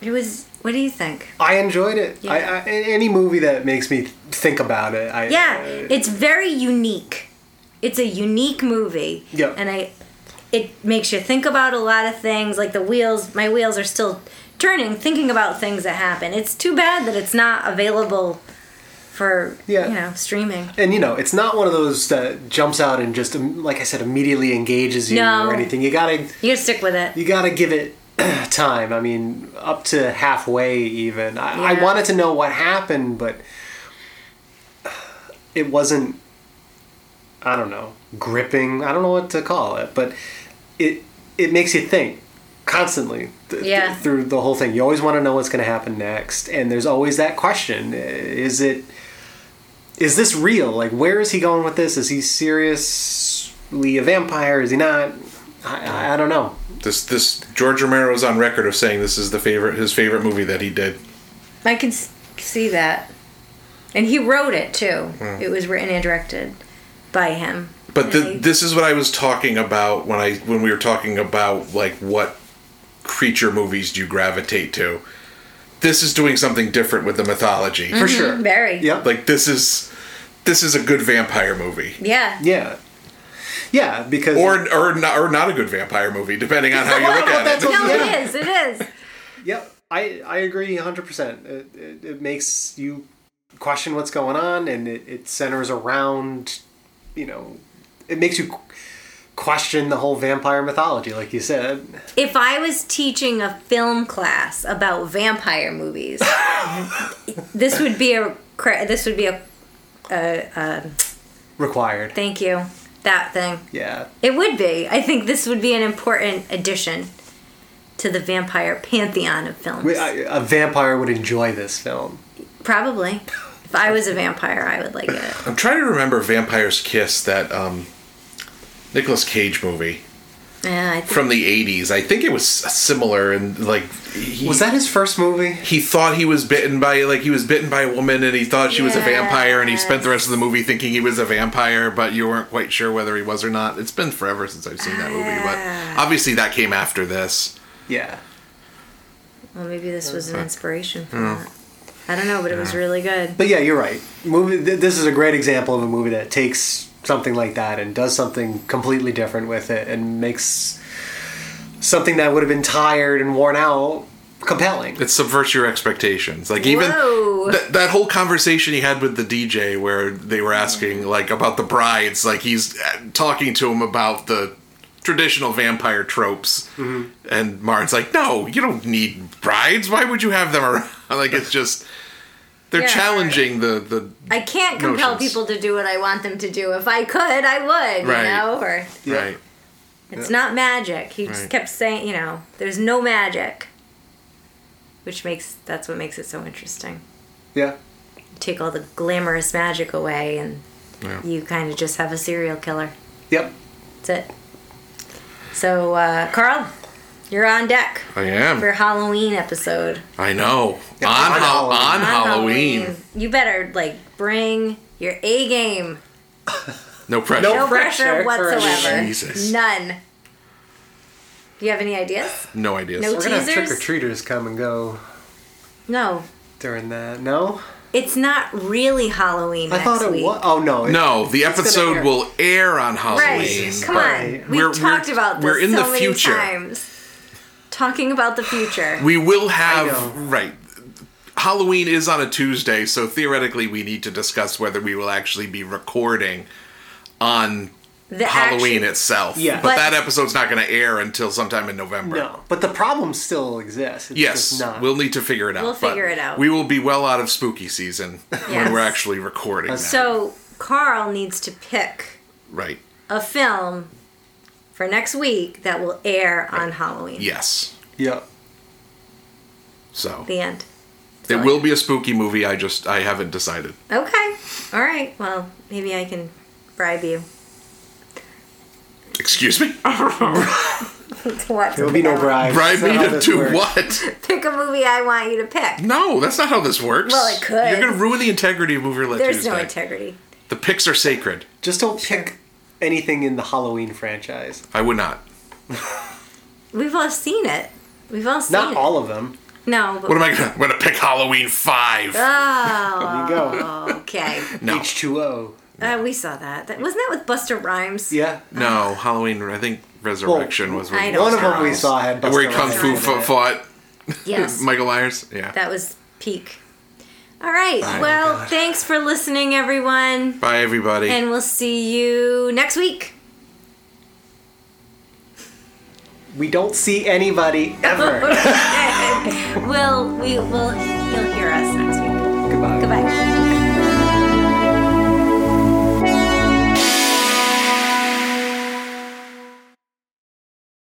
H: It was, what do you think?
J: I enjoyed it. I,
H: Yeah.
J: I, any movie that makes me think about it, I
H: Yeah,
J: I-
H: it's very unique. It's a unique movie.
J: Yeah.
H: And I it makes you think about a lot of things. Like the wheels, my wheels are still turning thinking about things that happen. It's too bad that it's not available for
J: Yeah.
H: you know, streaming.
J: and you know, it's not one of those that jumps out and just, um, like I said, immediately engages you
H: No.
J: or anything. You gotta,
H: You gotta stick with it.
J: you gotta give it time. I mean, up to halfway even. I, I
H: Yeah.
J: wanted to know what happened, but it wasn't. I don't know, gripping. I don't know what to call it, but it it makes you think constantly th- th-
H: Yeah.
J: through the whole thing. You always want to know what's going to happen next, and there's always that question: Is it? Is this real? Like, where is he going with this? Is he seriously a vampire? Is he not? I, I, I don't know.
I: This this George Romero's on record of saying this is the favorite his favorite movie that he did.
H: I can s- see
J: Hmm.
H: that. And he wrote it too. It was written and directed by him.
I: But
H: Really?
I: th- this is what I was talking about when I when we were talking about like what creature movies do you gravitate to. This is doing something different with the mythology.
J: for sure.
H: Very.
J: Yep.
I: Like this is this is a good vampire movie.
H: Yeah.
J: yeah. Yeah, because
I: Or, or, not, or not a good vampire movie, depending on how you look at
J: that's
I: it.
J: what-
H: No,
J: Yeah.
H: it is. It is.
J: Yep, I, I agree 100%. It, it, it makes you question what's going on and it, it centers around, you know, it makes you qu- question the whole vampire mythology, like you said.
H: If I was teaching a film class about vampire movies, this would be a cra- this would be a
J: Required.
H: thank you that thing.
J: Yeah.
H: It would be. I think this would be an important addition to the vampire pantheon of films.
J: We- I- A vampire would enjoy this film.
H: Probably. If I was a vampire, I would like it.
I: I'm trying to remember Vampire's Kiss, that um, Nicolas Cage movie
H: Yeah, I think
I: from the 80s. I think it was similar and like he,
J: Was that his first movie?
I: he thought he was bitten by like he was bitten by a woman and he thought she was a vampire and he spent the
H: Yes.
I: rest of the movie thinking he was a vampire but you weren't quite sure whether he was or not. It's been forever since I've seen that movie, but obviously that came after this.
J: Yeah.
H: well, maybe this was an inspiration for
I: Oh.
H: that. I don't know, but it was really good.
J: But yeah, you're right. Movie. Th- this is a great example of a movie that takes something like that and does something completely different with it and makes something that would have been tired and worn out compelling.
I: It subverts your expectations. Like even
H: Whoa.
I: th- that whole conversation he had with the DJ where they were
J: Mm.
I: asking like about the brides, like he's uh, talking to him about the traditional vampire tropes.
J: Mm-hmm.
I: And Martin's like, "No, you don't need brides. Why would you have them around?" Like it's just they're
H: Yeah.
I: challenging the the
H: I can't compel
I: Notions.
H: people to do what I want them to do. If I could, I would,
I: Right.
H: you know? Or
I: right.
H: it's not magic. He just
I: Right.
H: kept saying, you know, there's no magic. Which makes that's what makes it so interesting.
J: Yeah.
H: You take all the glamorous magic away and
I: Yeah.
H: you kind of just have a serial killer.
J: Yep.
H: That's it. So, uh, Carl, you're on deck
I: I am.
H: for Halloween episode.
I: I know.
J: Yeah,
I: on Hal-
J: on
I: on
J: Halloween.
H: On
I: Halloween.
H: You better, like, bring your A game.
I: No pressure.
J: No
H: No pressure,
J: pressure
H: whatsoever.
I: Jesus.
H: None. Do you have any ideas?
I: No ideas.
H: No
J: We're gonna have trick or
H: Teasers?
J: treaters come and go
H: No.
J: during that. No,
H: It's not really Halloween
J: I
H: next
J: thought it
H: week.
J: was. Oh no, it-
I: No, the episode
J: air.
I: will air on
H: Right.
I: Halloween.
H: Come on.
J: Right.
H: We've
I: We're-
H: talked
I: we're-
H: about this
I: we're in
H: so
I: the
H: many
I: future.
H: times. Talking about the future.
I: We will
J: I know.
I: have right. Halloween is on a Tuesday, so theoretically we need to discuss whether we will actually be recording on
H: The
I: Halloween
H: action-
I: itself.
J: Yeah.
I: But,
H: But-
I: that episode's not going to air until sometime in November.
J: no. But the problem still exists. It's
I: Yes,
J: just not.
I: we'll need to figure it out.
H: We'll
I: but
H: figure it out.
I: We will be well out of spooky season
H: Yes.
I: when we're actually recording. that.
H: So, Carl needs to pick
I: right.
H: a film for next week that will air on Halloween.
I: Yes.
J: Yep.
I: So
H: The end.
I: it will be a spooky movie. I just I haven't decided.
H: Okay. All right. Well, maybe I can bribe you
I: Excuse me.
H: to watch.
J: There will be no bribes.
I: Bribe me
J: That's how
I: to
J: this
I: do
J: works.
I: what?
H: Pick a movie I want you to pick.
I: No, that's not how this works.
H: Well, it could.
I: You're going to ruin the integrity of Movie Let
H: There's
I: Tuesday.
H: no integrity.
I: The picks are sacred.
J: Just don't pick anything in the Halloween franchise.
I: I would not.
H: We've all seen it. We've all seen
J: Not
H: it.
J: all of them.
H: No. But,
I: What am I going to? I'm going to pick Halloween Five.
H: oh,
J: There you go.
H: okay.
I: no,
J: H two O.
H: Uh, we saw that. that. Wasn't that with Buster Rhymes?
J: Yeah.
I: no, Halloween. I think Resurrection
J: Well,
I: was with
H: I don't
J: One of
I: Buster
J: them we
I: Rhymes.
J: saw had Buster
I: where he kung
J: Rhymes
I: fu
J: in
I: fo-
J: it.
I: fought
H: Yes.
I: Michael Myers. Yeah.
H: that was peak. All right.
J: Oh
I: my
H: well,
I: God.
H: thanks for listening, everyone.
I: Bye, everybody.
H: And we'll see you next week.
J: We don't see anybody ever.
H: we'll we will you'll hear us next week.
J: Goodbye.
H: Goodbye.